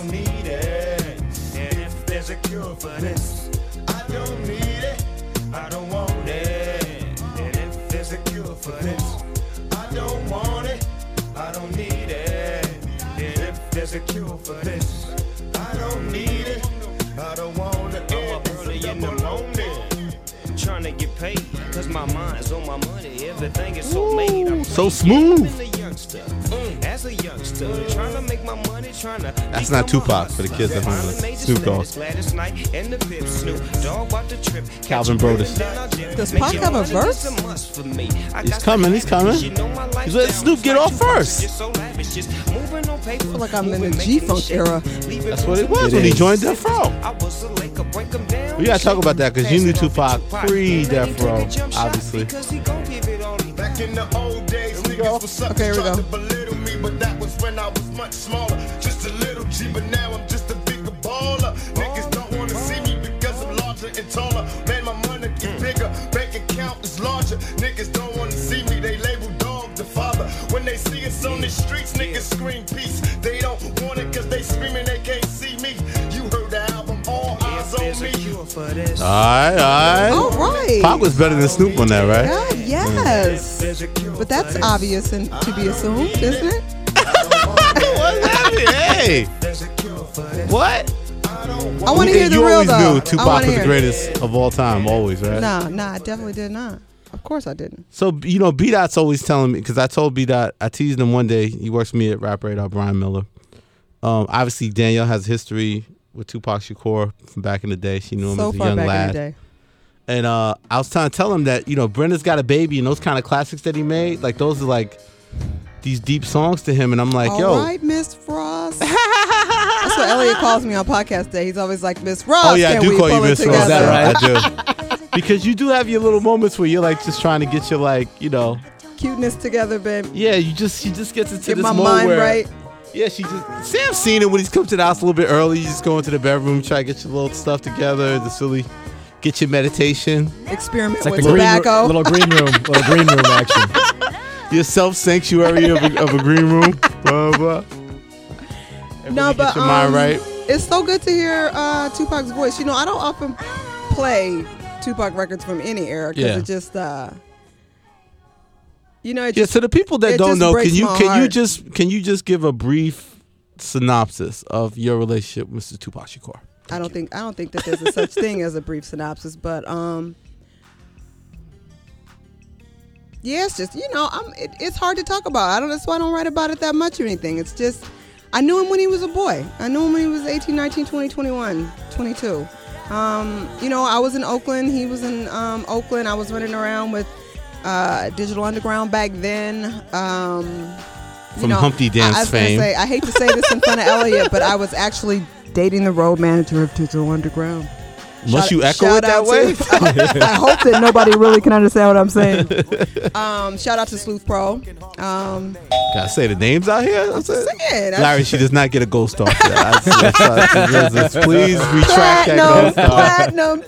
S5: Trying to get paid, cause my mind's on my money. Everything is so made. I'm
S1: So smooth.
S5: a youngster. Mm, as a youngster, trying to make my money, trying to.
S1: That's not Tupac for the kids at home. Snoop Dogg.
S5: Gladys Knight and the Pip Snoop Dogg about the trip.
S1: Calvin
S5: Catch a
S1: Brodus.
S5: rhythm, then I dip.
S2: Does
S5: Make
S2: Pac
S5: your
S2: have a
S5: money, it's
S2: verse?
S5: a must for me. I
S1: He's
S5: got the
S1: coming, he's
S5: habit,
S1: coming.
S5: you know my
S1: He's letting
S5: lifestyle.
S1: Snoop get off
S5: It's like you
S1: first.
S5: just so lavish, just moving on paper,
S2: feel like I'm in the
S5: moving, making
S2: G-Funk
S5: shit.
S2: era.
S5: Leaving
S1: That's what it
S5: room to
S1: was when he
S3: is.
S1: joined Death Row.
S5: I was a Laker, break 'em down.
S1: We gotta talk about that, 'cause you
S5: Pass
S1: knew
S5: it off to
S1: Tupac pre
S5: Then
S1: Death
S5: he
S1: Row,
S5: took a jump shot
S1: obviously.
S5: because he gon' give it all he
S4: Back in the old days, niggas was up
S2: Okay, here we
S4: tried
S2: go.
S4: to belittle me, but that was when I was much smaller. Just a little G, but now I'm just a bigger baller.
S2: Oh,
S4: Niggas don't wanna see me because I'm larger and taller. Man, my money get bigger, bank account is larger. Niggas don't wanna see me, they label dog the father. When they see us on the streets, niggas scream peace. They don't want it cause they screaming they can't see me. You heard the album, all eyes on
S5: There's a
S4: me.
S5: cure for this.
S1: Alright,
S2: All
S1: alright.
S2: right.
S1: Pac was better than Snoop on that, right?
S2: God, yes. But that's obvious and to be assumed, isn't it?
S1: What's happening? Hey! What?
S2: I want to hear the
S1: you
S2: real
S1: always
S2: though.
S1: knew
S2: I
S1: Tupac
S2: wanna
S1: was the
S2: hear.
S1: greatest of all time, always, right?
S2: Nah, nah, I definitely did not. Of course I didn't.
S1: So you know, B Dot's always telling me because I told B Dot I teased him one day. He works with me at Rap Radar, Brian Miller. Um, obviously, Danielle has history with Tupac Shakur from back in the day. She knew him
S2: So
S1: as a
S2: far
S1: young
S2: back
S1: lad.
S2: in the day.
S1: And uh, I was trying to tell him that you know Brenda's got a baby and those kind of classics that he made, like those are like these deep songs to him. And I'm like,
S2: All right,
S1: yo,
S2: Miss Frost. That's what Elliot calls me on podcast day. He's always like, Miss Frost.
S1: oh yeah, I
S2: can
S1: do
S2: we
S1: call
S2: pull
S1: you
S2: it
S1: Miss Rose.
S2: together?
S3: Is that right?
S1: I do. Because you do have your little moments where you're like just trying to get your like, you know,
S2: Cuteness together, babe.
S1: yeah, you just she just gets into
S2: Get
S1: this
S2: my
S1: mode
S2: mind
S1: where-
S2: right.
S1: Yeah, she just Sam's seen it when he's come to the house a little bit early. You just go into the bedroom, try to get your little stuff together, just really get your meditation,
S2: Experiment
S3: It's like
S2: with
S3: the green
S2: tobacco.
S3: room, little green room, little green room action.
S1: your self sanctuary of, a- of a green room. blah, blah.
S2: no,
S1: Get
S2: but
S1: your mind
S2: um,
S1: right.
S2: it's so good to hear uh, Tupac's voice. You know, I don't often play Tupac records from any era because
S1: Yeah.
S2: it just, uh, you know, it
S1: Yeah,
S2: just
S1: to the people
S2: It
S1: that don't
S2: just
S1: know,
S2: breaks
S1: can you
S2: my
S1: can you
S2: heart.
S1: just can you just give a brief synopsis of your relationship with Mr. Tupac Shakur?
S2: I don't think I don't think that there's a such thing as a brief synopsis, but um, yeah, it's just you know, I'm it, it's hard to talk about. I don't that's why I don't write about it that much or anything. It's just I knew him when he was a boy. I knew him when he was 18, 19, 20, 21, 22. Um, you know, I was in Oakland. He was in um, Oakland. I was running around with uh, Digital Underground back then. Um, you
S1: From
S2: know,
S1: Humpty Dance
S2: I, I was gonna
S1: fame.
S2: Say, I hate to say this in front of Elliot, but I was actually dating the road manager of Digital Underground.
S1: Must
S2: Shout-
S1: you echo
S2: shout
S1: it that
S2: out
S1: way?
S2: to- I hope that nobody really can understand what I'm saying. Um, shout out to Sleuth Pro. Um,
S1: Gotta say the names out here. I'm saying-
S2: saying, I-
S1: Larry, she does not get a gold star. For that. I- I- I- Please retract that
S2: platinum,
S1: gold star.
S2: platinum,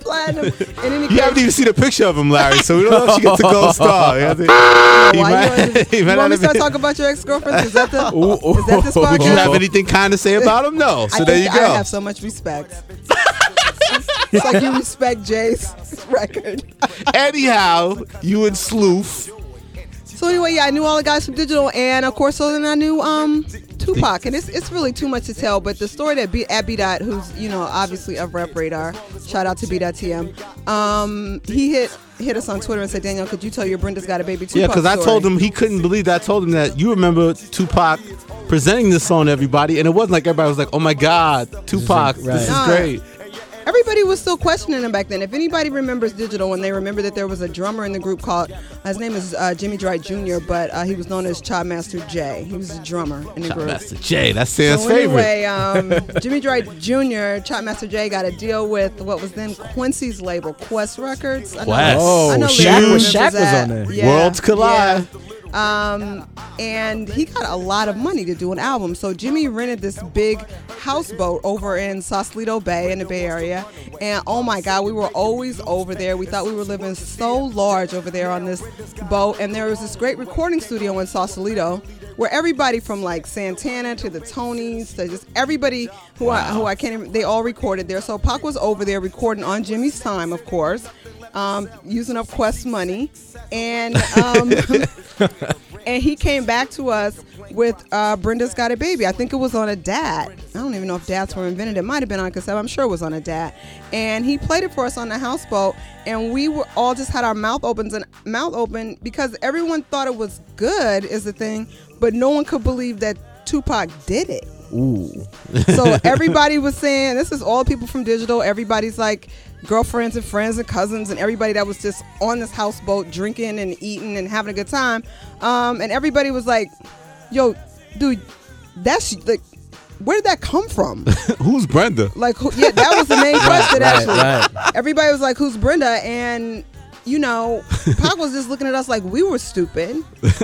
S2: platinum. In any
S1: You haven't even seen a picture of him, Larry, so we don't know if she gets a gold star. You know what I'm saying? He
S2: Why
S1: might-
S2: you, always-
S1: he
S2: you
S1: might
S2: want me
S1: not
S2: to start
S1: have
S2: talking about your ex girlfriends? Is that the?
S3: Ooh, ooh,
S2: is that this
S3: ooh,
S1: been- Would you
S2: podcast?
S1: have anything kind to say about him? No. So
S2: I
S1: there you
S2: think
S1: go.
S2: I have so much respect. it's like you respect Jay's record.
S1: Anyhow, you and Sleuth.
S2: So anyway, yeah, I knew all the guys from Digital, and of course, so then I knew um, Tupac, and it's, it's really too much to tell. But the story that B, at B Dot, who's you know obviously of Rep Radar, shout out to B Dot TM, um, he hit hit us on Twitter and said, Daniel, could you tell your Brenda's got a baby Tupac?
S1: Yeah, because I
S2: story?"
S1: told him he couldn't believe that. I told him that you remember Tupac presenting this song to everybody, and it wasn't like everybody was like, oh my God, Tupac,
S3: right.
S1: this is
S2: Nah.
S1: great.
S2: everybody was still questioning him back then. If anybody remembers digital and they remember that there was a drummer in the group called, his name is uh, Jimmy Dwight Jr., but uh, he was known as Child Master J. He was a drummer in the group.
S1: Master J, that's Sam's
S2: So
S1: favorite.
S2: anyway, um, Jimmy Dwight Jr., Chop Master J, got a deal with what was then Quincy's label, Quest Records. I know-
S1: Quest.
S2: I know
S1: Oh, Shaq
S2: Leon
S1: was-
S2: remembers
S3: Shaq was
S2: that.
S3: on there.
S2: Yeah,
S1: Worlds collide.
S2: yeah. Um, and he got a lot of money to do an album. So Jimmy rented this big houseboat over in Sausalito Bay in the Bay Area. And oh my God, we were always over there. We thought we were living so large over there on this boat. And there was this great recording studio in Sausalito where everybody from like Santana to the Tonys to just everybody who I who I can't even they all recorded there. So Pac was over there recording on Jimmy's time, of course. Um, using up Quest money, and um, and he came back to us with uh, Brenda's Got a Baby. I think it was on a dad. I don't even know if dads were invented. It might have been on a cassette. I'm sure it was on a dad. And he played it for us on the houseboat, and we were all just had our mouth opens and mouth open because everyone thought it was good is the thing, but no one could believe that Tupac did it. So everybody was saying this is all people from digital. Everybody's like girlfriends and friends and cousins and everybody that was just on this houseboat drinking and eating and having a good time. Um, and everybody was like, "Yo, dude, that's like, where did that come from?
S1: Who's Brenda?
S2: like, who, yeah, that was the main question
S3: Right,
S2: actually.
S3: right.
S2: Everybody was like, "Who's Brenda?" And you know, Pac was just looking at us like we were stupid.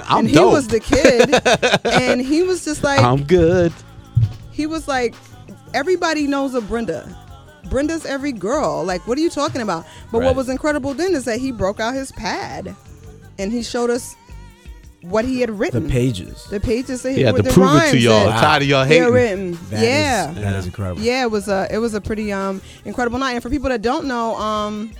S1: I'm
S2: and he
S1: dope.
S2: was the kid, and he was just like,
S1: I'm good.
S2: he was like, everybody knows a Brenda. Brenda's every girl. Like, what are you talking about? But
S1: Right.
S2: what was incredible then is that he broke out his pad and he showed us what he had
S3: The
S2: written.
S3: pages.
S2: The pages that he
S1: Yeah,
S2: with
S1: to
S2: the
S1: prove it to
S2: rhymes
S1: y'all.
S2: that
S1: I'm tired of y'all
S2: he had
S1: hating.
S2: written.
S3: That is-
S2: yeah.
S3: that is incredible.
S2: Yeah, it was a it was a pretty um incredible night. And for people that don't know, um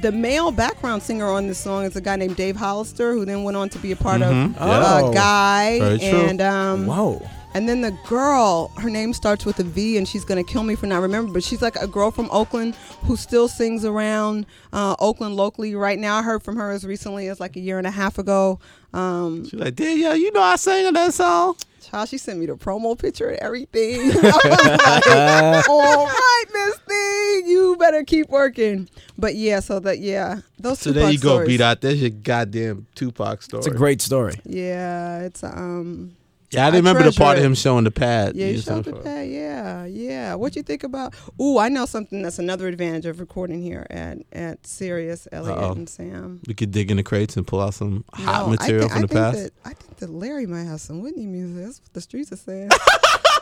S2: the male background singer on this song is a guy named Dave Hollister, who then went on to be a part of uh,
S3: Oh.
S2: Guy
S1: Mm-hmm. Very true.
S2: and um
S3: Whoa.
S2: and then the girl, her name starts with a V, and she's gonna kill me for not remembering. But she's like a girl from Oakland who still sings around uh, Oakland locally right now. I heard from her as recently as like a year and a half ago. Um,
S1: She's like, damn, yo, you know I sang on that song.
S2: child, she sent me the promo picture and everything. I was like, All right, Miss Thing, you better keep working. But yeah, so that yeah, those
S1: So
S2: two
S1: there you
S2: stories.
S1: go, beat out. There's your goddamn Tupac story.
S3: It's a great story.
S2: Yeah, it's um.
S1: yeah, I
S2: I
S1: didn't remember the
S2: treasure
S1: part of
S2: it.
S1: him showing the pad.
S2: Yeah,
S1: You
S2: you
S1: know,
S2: showed the
S1: for-
S2: pad. Yeah, yeah. What you think about? Ooh, I know something that's another advantage of recording here at at Sirius, Elliot,
S1: Uh-oh.
S2: and Sam.
S1: We could dig in the crates and pull out some hot
S2: No, I
S1: material
S2: thi-
S1: from
S2: I
S1: the
S2: think
S1: past.
S2: That, I think that Larry might have some Whitney music. That's what the streets are saying.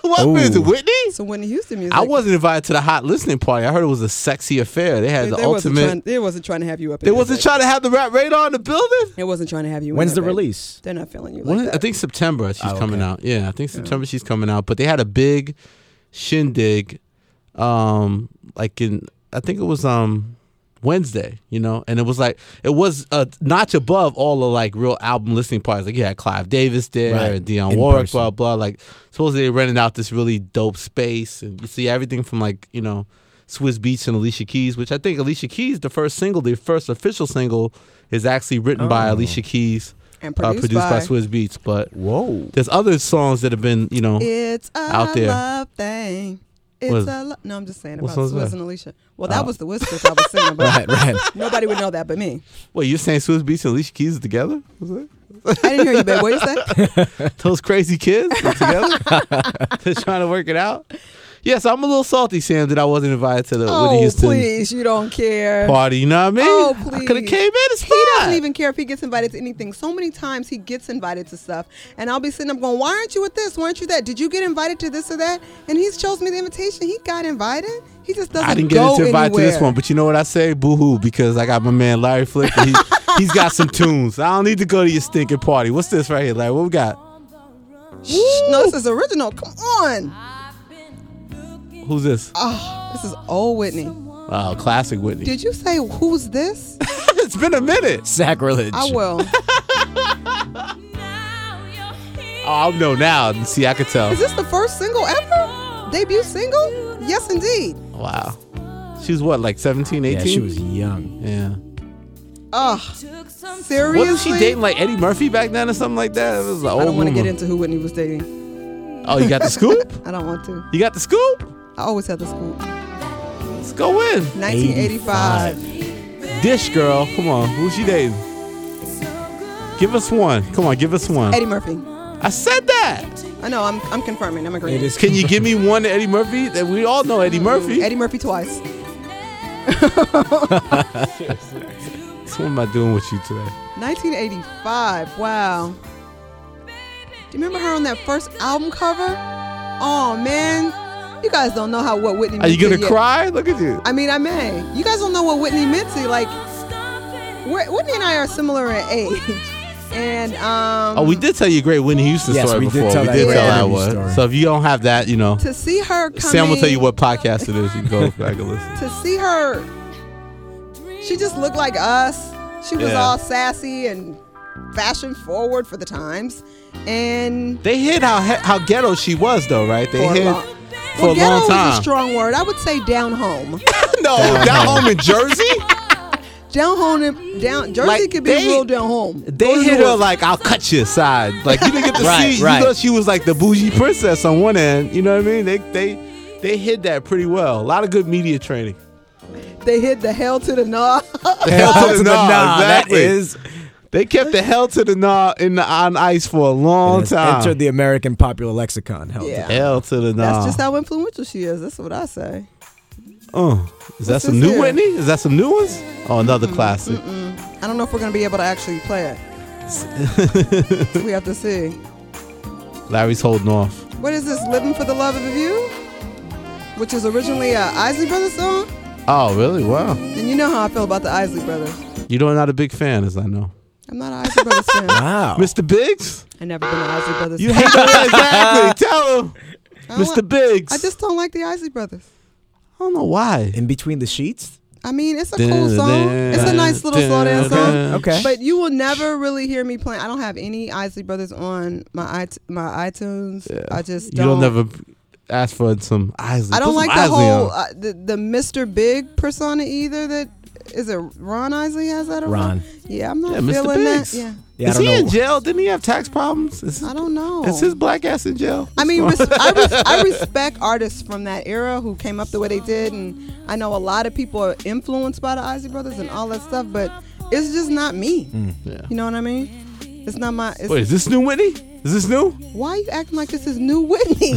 S1: what
S3: Ooh.
S1: is it, Whitney?
S2: some Whitney Houston music.
S1: I wasn't invited to the hot listening party. I heard it was a sexy affair. They had
S2: They,
S1: the
S2: they wasn't
S1: ultimate.
S2: trying, they wasn't trying to have you up. in
S1: they
S2: there,
S1: wasn't
S2: babe.
S1: trying to have the rap radar in the building.
S2: They wasn't trying to have you. in
S3: When's the
S2: there, babe.
S3: release?
S2: They're not feeling you.
S1: When-
S2: Like that.
S1: I think September she's
S3: Oh, okay.
S1: coming out. Yeah, I think September she's coming out. But they had a big shindig, um, like in I think it was um Wednesday, you know, and it was like it was a notch above all the like real album listening parties. Like you had Clive Davis there
S3: Right.
S1: and Dionne
S3: In
S1: Warwick,
S3: person.
S1: blah blah. Like supposedly they rented out this really dope space, and you see everything from like you know. Swiss Beats and Alicia Keys, which I think Alicia Keys, the first single, the first official single, is actually written by
S3: Oh.
S1: Alicia Keys
S2: and
S1: uh,
S2: produced,
S1: produced by
S2: by,
S1: Swizz Beats, but
S3: Whoa.
S1: there's other songs that have been, you know,
S2: It's a
S1: out there.
S2: love thing. It's
S1: What is-
S2: a lo- no. I'm just saying
S1: What
S2: about
S1: song's
S2: Swizz
S1: that?
S2: and Alicia. Well,
S1: Oh.
S2: that was the whispers I was singing about.
S3: Right, right.
S2: Nobody would know that but me.
S1: wait, you're saying Swizz Beats and Alicia Keys are together? Was it?
S2: I didn't hear you, babe. What you say?
S1: Those crazy kids are together? They're trying to work it out? Yes, I'm a little salty, Sam, that I wasn't invited to the Whitney
S2: oh,
S1: Houston
S2: please, you don't care.
S1: party. You know what I mean?
S2: Oh,
S1: I could have
S2: please.
S1: came in. It's
S2: He doesn't
S1: fine.
S2: even care if he gets invited to anything. So many times he gets invited to stuff, and I'll be sitting up going, "Why aren't you at this? Why aren't you that? Did you get invited to this or that?" And he's chose me the invitation. He got invited. He just doesn't.
S1: I didn't
S2: go
S1: get invited to this
S2: anywhere.
S1: one, but you know what I say? Boo hoo, because I got my man Larry Flick. And he, he's got some tunes. I don't need to go to your stinking party. What's this right here, Larry? What we got?
S2: Shh, no, this is original. Come on.
S1: Who's this?
S2: Oh, this is old Whitney.
S1: Oh, classic Whitney.
S2: Did you say who's this?
S1: it's been a minute.
S3: Sacrilege.
S2: I will.
S1: Oh, I'll know now. See, I could tell.
S2: Is this the first single ever? Debut single? Yes, indeed.
S1: Wow. She was what, like 17, 18?
S3: Yeah, she was young.
S1: Yeah.
S2: Ugh. Ah, Seriously.
S1: Wasn't she dating like Eddie Murphy back then or something like that? It was an old
S2: I don't want to get
S1: rumor.
S2: into who Whitney was dating.
S1: Oh, you got the scoop?
S2: I don't want to.
S1: You got the scoop?
S2: I always have the scoop.
S1: Let's go in.
S2: 1985.
S1: Dish girl, come on. Who's she dating? Give us one. Come on, give us one.
S2: Eddie Murphy.
S1: I said that.
S2: I know. I'm I'm confirming. I'm agreeing.
S3: It is
S1: Can you give me one Eddie Murphy? That we all know Eddie Murphy.
S2: Mm-hmm. Eddie Murphy twice.
S1: So what am I doing with you today?
S2: 1985. Wow. Do you remember her on that first album cover? Oh man, you guys don't know how what Whitney.
S1: Are you gonna
S2: meant to yet.
S1: cry? Look at you.
S2: I mean, I may. You guys don't know what Whitney meant to. Like, we're, Whitney and I are similar in age, and um,
S1: Oh, we did tell you a great Whitney Houston
S3: Yes,
S1: story
S3: we did
S1: before.
S3: tell
S1: we
S3: that
S1: did
S2: great
S1: tell that
S3: Whitney
S1: one.
S3: story.
S1: So if you don't have that, you know,
S2: to see her coming.
S1: Sam will tell you what podcast it is. You can go back and listen.
S2: to see her she just looked like us she was
S1: Yeah.
S2: all sassy and fashion forward for the times and
S1: They hid how he- how ghetto she was though, right? They
S2: for
S1: hid
S2: a long,
S1: for a
S2: well,
S1: long
S2: ghetto is
S1: time.
S2: a strong word i would say down home
S1: no, down home in Jersey,
S2: down home down jersey
S1: Like,
S2: could be
S1: they-
S2: real down home Go
S1: they
S2: to
S1: hit
S2: Newark.
S1: her like "I'll cut you" side. Like you didn't get to
S3: Right,
S1: see.
S3: right.
S1: You thought she was like the bougie princess on one end. You know what I mean? They they they hid that pretty well. A lot of good media training.
S2: they hit the hell to the nah
S1: Hell to the nah,
S3: That
S1: exactly.
S3: is
S1: They kept the hell to the nah in the on ice for a long
S3: has
S1: time.
S3: entered the American popular lexicon. Hell
S2: Yeah.
S1: hell to the nah.
S2: that's just how influential she is that's what i say
S1: Uh, is that
S2: What's
S1: some
S2: this
S1: new
S2: here?
S1: Whitney? Is that some new ones? Oh, another classic.
S2: i don't know if we're gonna be able to actually play it we have to see
S1: Larry's holding off.
S2: what is this living for the love of you which is originally a isley brothers song
S1: Oh, really? Wow.
S2: And you know how I feel about the Isley brothers.
S1: You know, not a big fan, as I know.
S2: I'm not an Isley brothers fan.
S3: Wow.
S1: Mr. Oh. Biggs?
S2: I never been an Isley brothers.
S1: You
S2: fan.
S1: hate that? exactly. Tell him.
S2: I don't
S1: Mr.
S2: like-
S1: Biggs.
S2: I just don't like the Isley brothers.
S1: I don't know why.
S3: In between the sheets.
S2: I mean, it's a cool song. It's a nice little slow down song.
S3: Okay.
S2: But you will never really hear me playing. I don't have any Isley brothers on my it- my iTunes. I just
S1: You
S2: don't.
S1: don't never ask for some Isley.
S2: I don't
S1: Put
S2: like
S1: some
S2: the
S1: Isley
S2: whole
S1: on.
S2: uh, the, the Mr. Big persona either. That is it. Ron Isley has that. Or
S3: Ron.
S2: Yeah, I'm not
S1: Yeah, Mr.
S2: feeling
S1: Biggs.
S2: that. Yeah,
S3: Yeah,
S1: Is
S3: I don't
S1: he
S3: know.
S1: in jail? Didn't he have tax problems? Is,
S2: I don't know.
S1: is his black ass in jail?
S2: I mean, res- I, res- I respect artists from that era who came up the way they did, and I know a lot of people are influenced by the Isley Brothers and all that stuff, but it's just not me.
S1: Yeah.
S2: You know what I mean? It's not my. It's,
S1: Mm. Wait, is this new Whitney? Is this new?
S2: Why you acting like this is new Whitney?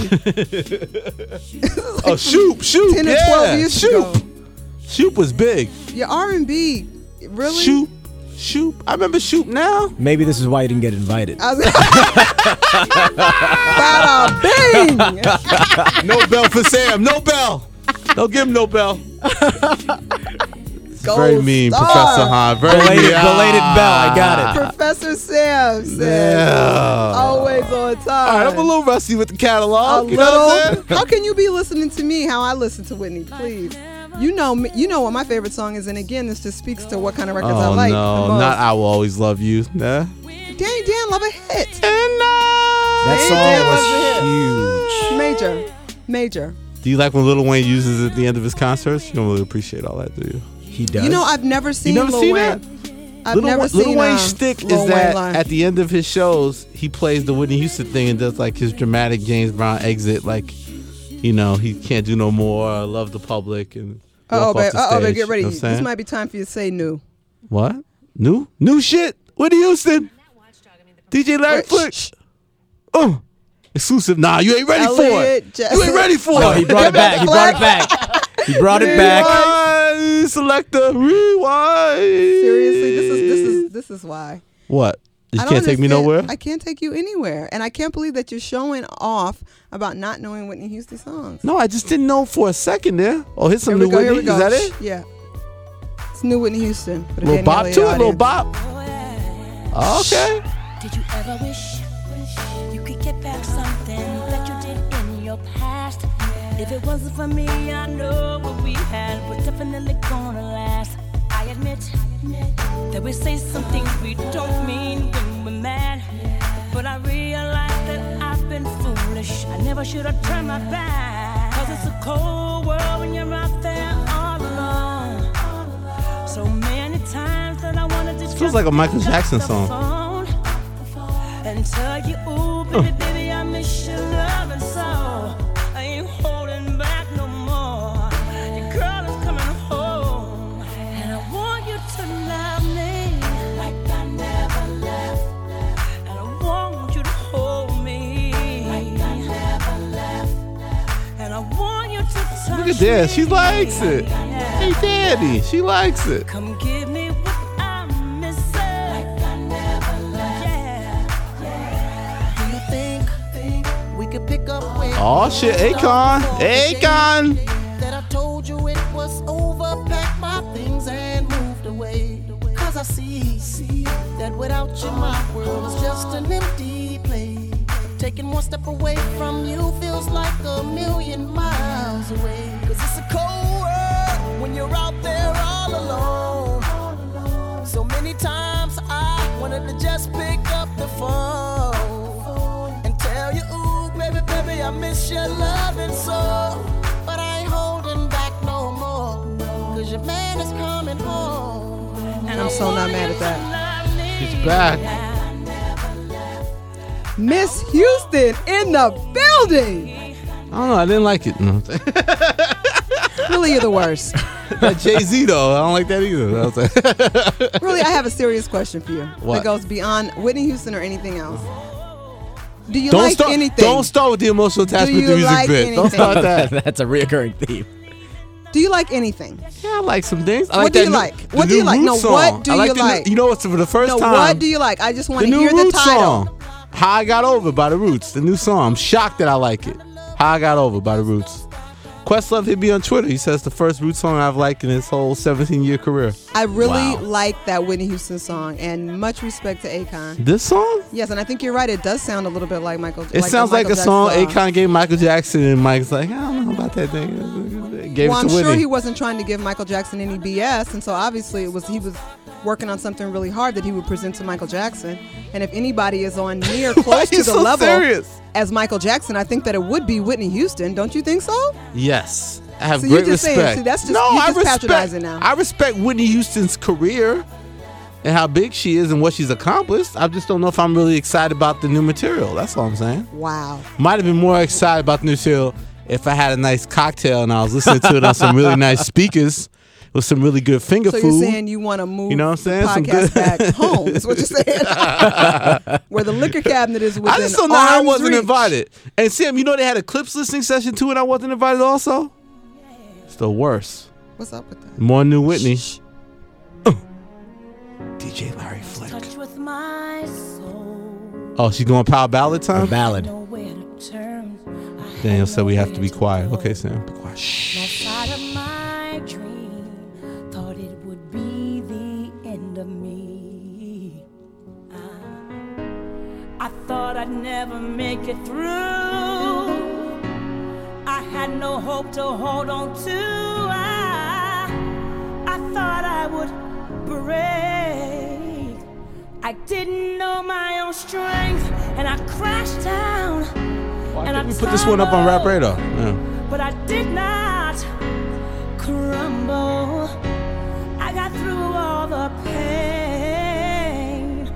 S1: Oh, Shoop, Shoop.
S2: Ten or
S1: yeah,
S2: twelve years
S1: Shoop.
S2: ago,
S1: Shoop was big.
S2: your R and B really.
S1: Shoop, Shoop. I remember Shoop now.
S3: Maybe this is why you didn't get invited.
S2: I was- Bada bing!
S1: No bell for Sam. No bell. Don't give him no bell.
S2: Gold
S1: Very mean,
S2: star.
S1: Professor Hahn. Very
S3: Belated,
S1: mean.
S3: belated bell. I got it.
S2: Professor Sam says,
S1: Yeah.
S2: always on time.
S1: All right, I'm a little rusty with the
S2: a
S1: catalog. you know what I'm
S2: little.
S1: saying?
S2: How can you be listening to me? How I listen to Whitney? Please, you know, me, you know what my favorite song is, and again, this just speaks to what kind of records I
S1: Oh
S2: like.
S1: no,
S2: the most.
S1: not I will always love you. Nah.
S2: Danny Dan love a hit.
S3: That song was huge.
S2: Major, major.
S1: Do you like when Lil Wayne uses it at the end of his concerts? You don't really appreciate all that, do you?
S3: He does.
S2: You know, I've never seen
S1: never
S2: Lil
S1: seen
S2: Wayne. I've
S1: Lil,
S2: never
S1: Wayne-
S2: seen
S1: Lil Wayne's
S2: um,
S1: shtick
S2: Lil
S1: is
S2: Wayne
S1: that
S2: live.
S1: at the end of his shows, he plays the Whitney Houston thing and does like his dramatic James Brown exit, like you know he can't do no more. I love the public and
S2: oh,
S1: walk off
S2: babe,
S1: the
S2: oh, babe,
S1: stage,
S2: get ready.
S1: You know what, I'm
S2: this
S1: saying?
S2: might be time for you to say new.
S1: what new new shit? Whitney Houston, DJ Larry
S2: Wait,
S1: Flick.
S2: shh, shh.
S1: Oh, exclusive. Nah, you ain't ready for it.
S2: Elliot,
S1: You ain't ready for
S3: Oh,
S1: it.
S3: he brought it back. He brought it back. He brought it back.
S1: Rewind, selector, rewind.
S2: Seriously, this is this is this is why.
S1: what? You
S2: I
S1: can't
S2: don't
S1: take me
S2: understand-
S1: nowhere.
S2: I can't take you anywhere, and I can't believe that you're showing off about not knowing Whitney Houston songs.
S1: No, I just didn't know for a second there. Oh, here's some
S2: Here we
S1: new
S2: go, here
S1: Whitney.
S2: we
S1: Is
S2: go.
S1: that it?
S2: Shh, Yeah. It's new Whitney Houston. for the
S1: Little
S2: Daniela
S1: bop to it, little
S2: audience.
S1: bop. Okay.
S6: Did you ever wish you could get back something that you did in your past? If it wasn't for me, I know what we had was definitely gonna last. I admit that we say some things we don't mean when we're mad, but I realize that I've been foolish. I never should have turned my back. Cause it's a cold world when you're out there all alone. So many times that I wanted to
S1: Feels like a Michael Jackson song.
S6: phone and tell you, ooh, baby, baby, I miss your love and so I ain't holding back no more. Your girl is
S1: there. She likes it. Hey, Daddy, she likes it.
S6: Come give me what I'm missing. Like I never left. Yeah,
S7: Do you think, think we could pick up where
S1: Oh shit, Akon, Akon.
S7: that I told you it was over? Packed my things and moved away. Cause I see, see that without you, my world is just an empty place. Taking one step away from you feels like a million miles away. Cause it's a cold world when you're out there all alone. So many times I wanted to just pick up the phone and tell you, ooh, baby, baby, I miss your loving so. But I ain't holding back no more. Cause your man is coming home.
S2: I'm so not mad at that.
S1: She's back.
S2: Miss Houston in the building.
S1: I don't know. I didn't like it. No.
S2: Really, you're the worst.
S1: that Jay Z though, I don't like that either. I was like,
S2: Really, I have a serious question for you
S1: What?
S2: that goes beyond Whitney Houston or anything else. Do you
S1: don't
S2: like
S1: start.
S2: anything?
S1: Don't start with the emotional attachment
S2: you
S1: to music
S2: like
S1: bit. Don't
S2: anything?
S1: start that.
S3: That's a reoccurring theme.
S2: Do you like anything?
S1: Yeah, I like some things. I
S2: What
S1: like
S2: do
S1: that
S2: you
S1: new-
S2: like?
S1: the
S2: What do
S1: new
S2: you like?
S1: Roots
S2: No,
S1: song.
S2: what do
S1: I
S2: you
S1: the new-
S2: like?
S1: you know what's for the first
S2: No,
S1: time?
S2: what do you like? I just want
S1: the
S2: to
S1: new
S2: hear the
S1: Roots
S2: title.
S1: song. How I Got Over by the Roots. The new song. I'm shocked that I like it. How I Got Over by the Roots. Questlove hit me on Twitter. He says the first Roots song I've liked in his whole 17 year career.
S2: I really
S3: Wow.
S2: like that Whitney Houston song, and much respect to Akon.
S1: This song?
S2: Yes, and I think you're right. It does sound a little bit like Michael.
S1: It
S2: the
S1: sounds like
S2: Michael
S1: a song
S2: Jackson uh,
S1: Akon gave Michael Jackson, and Mike's like, I don't know about that thing. Gave
S2: Well,
S1: it to
S2: I'm
S1: Whitney.
S2: sure he wasn't trying to give Michael Jackson any BS, and so obviously it was he was working on something really hard that he would present to Michael Jackson. And if anybody is on near
S1: Why
S2: close
S1: you
S2: to the
S1: so
S2: level
S1: serious?
S2: as Michael Jackson, I think that it would be Whitney Houston. Don't you think so?
S1: Yes, I have
S2: So
S1: great
S2: you're just saying-
S1: respect.
S2: see, that's just-
S1: no,
S2: you're
S1: I
S2: just
S1: respect.
S2: patronizing now.
S1: I respect Whitney Houston's career and how big she is and what she's accomplished. I just don't know if I'm really excited about the new material. That's all I'm saying.
S2: Wow.
S1: Might have been more excited about the new material if I had a nice cocktail and I was listening to it on some really nice speakers with some really good finger
S2: So
S1: food.
S2: you're saying you want to move
S1: You know what I'm saying?
S2: the
S1: Some good-
S2: podcast back home? Is what you're saying? Where the liquor cabinet is within
S1: I just don't know how I
S2: arm's
S1: wasn't
S2: reach.
S1: invited. And Sam, you know they had a clips listening session too, and I wasn't invited. Also, it's the worst.
S2: What's up with that?
S1: More new Whitney. Uh, DJ Larry Flick.
S6: touch with my soul.
S1: Oh, she's doing power ballad
S3: A
S2: Um,
S1: time?
S3: ballad.
S6: Nowhere to turn. I
S1: Daniel
S6: have
S1: said we have
S6: nowhere
S1: to be quiet.
S6: go.
S1: Okay, Sam, be quiet. Shh.
S6: North side of my dream. Thought it would be the end of me. I, I thought I'd never make it through. I had no hope to hold on to. I, I thought I would break. I didn't know my own strength, and I crashed down. and I
S1: We put this one up on Rap
S6: tumbled
S1: Radar. Yeah.
S6: but I did not crumble. I got through all the pain.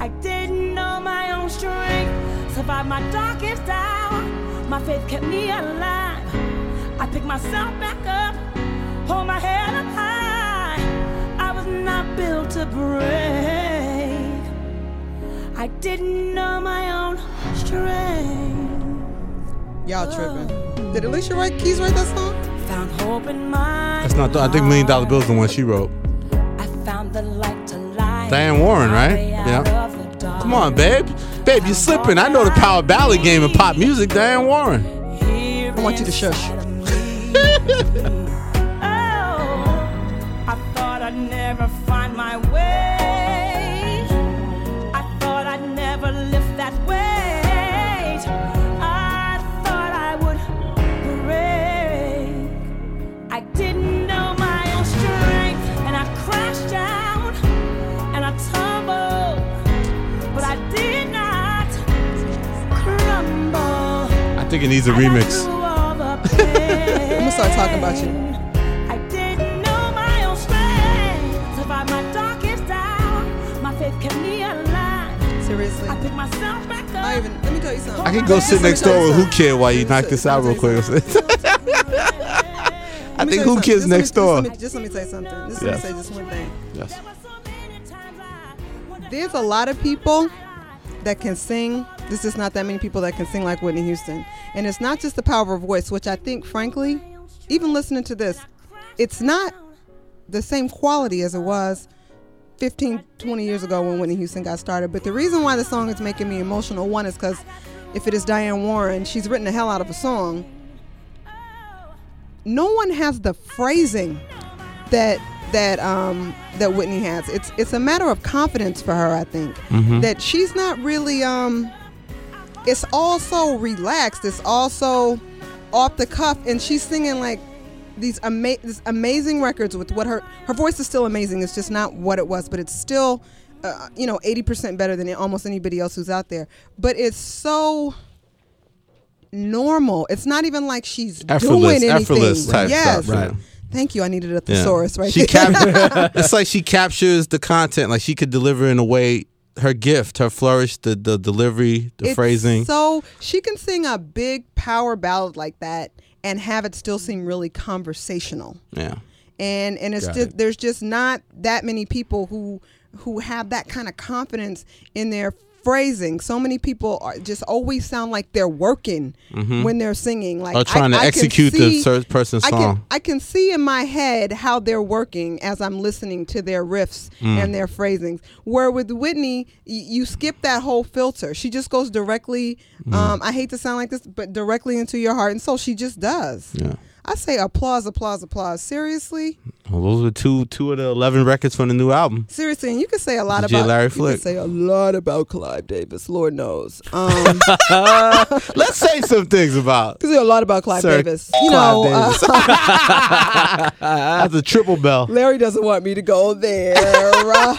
S6: I didn't know my own strength. Survived my darkest hour. My faith kept me alive. I picked myself back up, hold my head up high. I was not built to break. I didn't know my own strength.
S2: Y'all tripping? Did Alicia write keys write that song?
S6: Found hope in my
S1: That's not, I think Million Dollar Bill's the one she wrote.
S6: I found the light to light.
S1: Diane Warren, right? Yeah. Come on, babe. Babe, you're slipping. I know the power ballad game in pop music. Diane Warren.
S2: I want you to shush.
S6: Oh, I thought I'd never find my way. I thought I'd never lift that weight. I thought I would break. I didn't know my own strength, and I crashed down and I tumbled, but I did not crumble.
S1: I think it needs a
S6: I got
S1: remix.
S6: through all the pain.
S2: I'ma start talking about you.
S6: I didn't know my own strength. Survived my darkest hour. My faith kept me alive.
S2: Seriously.
S6: I picked myself back up.
S2: I even let me tell you something.
S1: I can go sit next door with Who Kid while you knock this out real quick. I think Who Kid's next door.
S2: Just let me say something.
S1: Yes.
S2: Just let me say this one thing.
S1: Yes.
S6: There were so many times I
S2: There's a lot of people that can sing. There's just not that many people that can sing like Whitney Houston. And it's not just the power of voice, which I think, frankly, even listening to this, it's not the same quality as it was 15, 20 years ago when Whitney Houston got started. But the reason why the song is making me emotional, one, is because if it is Diane Warren, she's written the hell out of a song. No one has the phrasing that that um, that Whitney has. It's it's a matter of confidence for her, I think,
S1: Mm-hmm.
S2: that she's not really. Um, it's also relaxed. It's also off the cuff, and she's singing like these ama- this amazing records with what her her voice is still amazing. It's just not what it was, but it's still uh, you know eighty percent better than almost anybody else who's out there. But it's so normal. It's not even like she's doing
S1: Effortless,
S2: anything.
S1: effortless type
S2: yes.
S1: stuff.
S3: Right.
S1: yeah.
S2: Thank you. I needed a
S1: Yeah.
S2: thesaurus right
S1: she
S2: there.
S1: cap- it's like she captures the content like she could deliver in a way her gift her flourish the, the delivery the
S2: It's
S1: phrasing
S2: So she can sing a big power ballad like that and have it still seem really conversational.
S1: yeah
S2: and and it's just there's just not that many people who who have that kind of confidence in their phrasing so many people are just always sound like they're working when they're singing like
S1: Mm-hmm. or trying to
S2: I, I can
S1: execute the
S2: see-
S1: third person's
S2: I
S1: song
S2: can, I can see in my head how they're working as I'm listening to their riffs
S1: Mm.
S2: and their phrasings. Where with Whitney, y- you skip that whole filter. She just goes directly,
S1: Mm.
S2: um, I hate to sound like this, but directly into your heart and soul. She just does.
S1: yeah
S2: I say applause, applause, applause. Seriously?
S1: well, those were two two of the 11 records from the new album
S2: Seriously, and you can say a lot
S1: DJ
S2: about
S1: Larry
S2: you
S1: Flick.
S2: can say a lot about Clive Davis. Lord knows. Um, you
S1: let's say some things about
S2: can say a lot about Clive
S1: Sir
S2: Davis. You
S1: Clive
S2: know, uh,
S1: that's a triple bell
S2: Larry doesn't want me to go there, uh,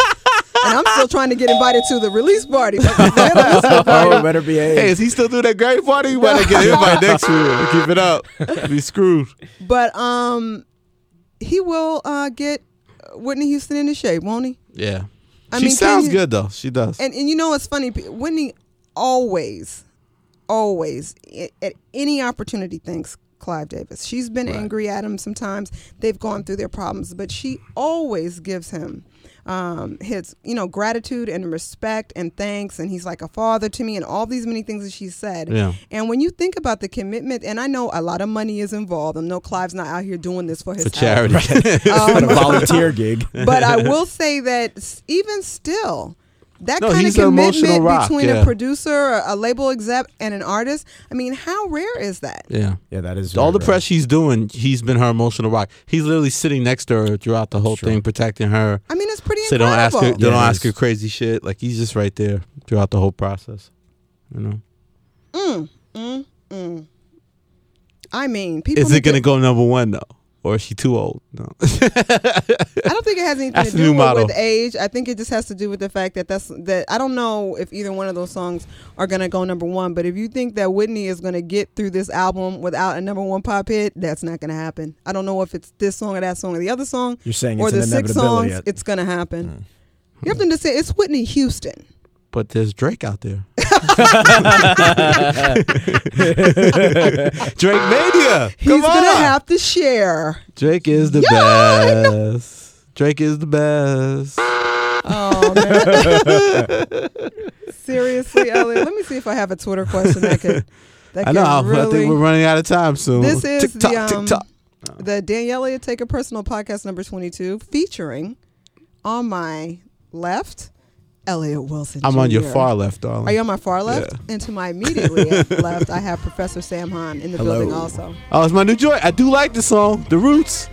S2: and I'm still trying to get invited to the release party. but forget the release party.
S3: Oh, better behave.
S1: hey is he still doing that great party you better get him by next year keep it up be screwed
S2: But um, he will uh, get Whitney Houston into shape, won't he?
S1: yeah
S2: I
S1: she
S2: mean, can
S1: sounds
S2: you-
S1: good though she does
S2: And and you know it's funny, pe- Whitney always, always i- at any opportunity thanks Clive Davis. She's been angry at him sometimes. They've gone through their problems, but she always gives him um, his you know gratitude and respect and thanks. And he's like a father to me, and all these many things that she said.
S1: Yeah.
S2: And when you think about the commitment, and I know a lot of money is involved. I know Clive's not out here doing this for his um,
S1: for
S2: health.
S1: charity
S3: Got a volunteer gig.
S2: but I will say that s- even still, that
S1: No,
S2: kind of
S1: he's an emotional
S2: commitment
S1: rock,
S2: between
S1: yeah.
S2: a producer, a- a label exec, and an artist, I mean, how rare is that?
S1: yeah
S3: Yeah, that is
S1: all the
S3: very rare.
S1: press she's doing, he's been her emotional rock. He's literally sitting next to her throughout the whole thing, protecting her.
S2: I mean, it's pretty
S1: So they don't ask
S2: incredible.
S1: her, they don't
S3: Yeah, it
S1: ask her
S3: is.
S1: crazy shit. Like he's just right there throughout the whole process. You know,
S2: I mean, people.
S1: is it
S2: need
S1: gonna go number one though, or is she too old? No,
S2: I don't think it has anything
S1: That's
S2: to
S1: the new
S2: do with,
S1: model.
S2: with age. I think it just has to do with the fact that that's that. I don't know if either one of those songs are gonna go number one. But if you think that Whitney is gonna get through this album without a number one pop hit, that's not gonna happen. I don't know if it's this song or that song or the other song.
S3: You're saying
S2: or
S3: it's
S2: the
S3: an
S2: six
S3: inevitability.
S2: songs,
S3: yet.
S2: it's gonna happen.
S1: Mm.
S2: You have to understand, it's Whitney Houston.
S1: but there's Drake out there. Drake mania.
S2: He's
S1: Come
S2: gonna
S1: on.
S2: have to share.
S1: Drake is the
S2: Yeah, I
S1: best. Drake is the best.
S2: Oh man! Seriously, Elliot. Let me see if I have a Twitter question that could. That
S1: I know. I-
S2: could
S1: I
S2: really.
S1: think we're running out of time soon.
S2: this is
S1: TikTok,
S2: the um,
S1: TikTok.
S2: the Daniela Take a Personal podcast number twenty two, featuring on my left, Elliot Wilson.
S1: I'm on your
S2: Jr..
S1: far left, darling.
S2: Are you on my far left? And to my immediately left, I have Professor Sam Hahn in the
S3: Hello.
S2: building also.
S1: Oh, it's my new joy. I do like the song, The Roots.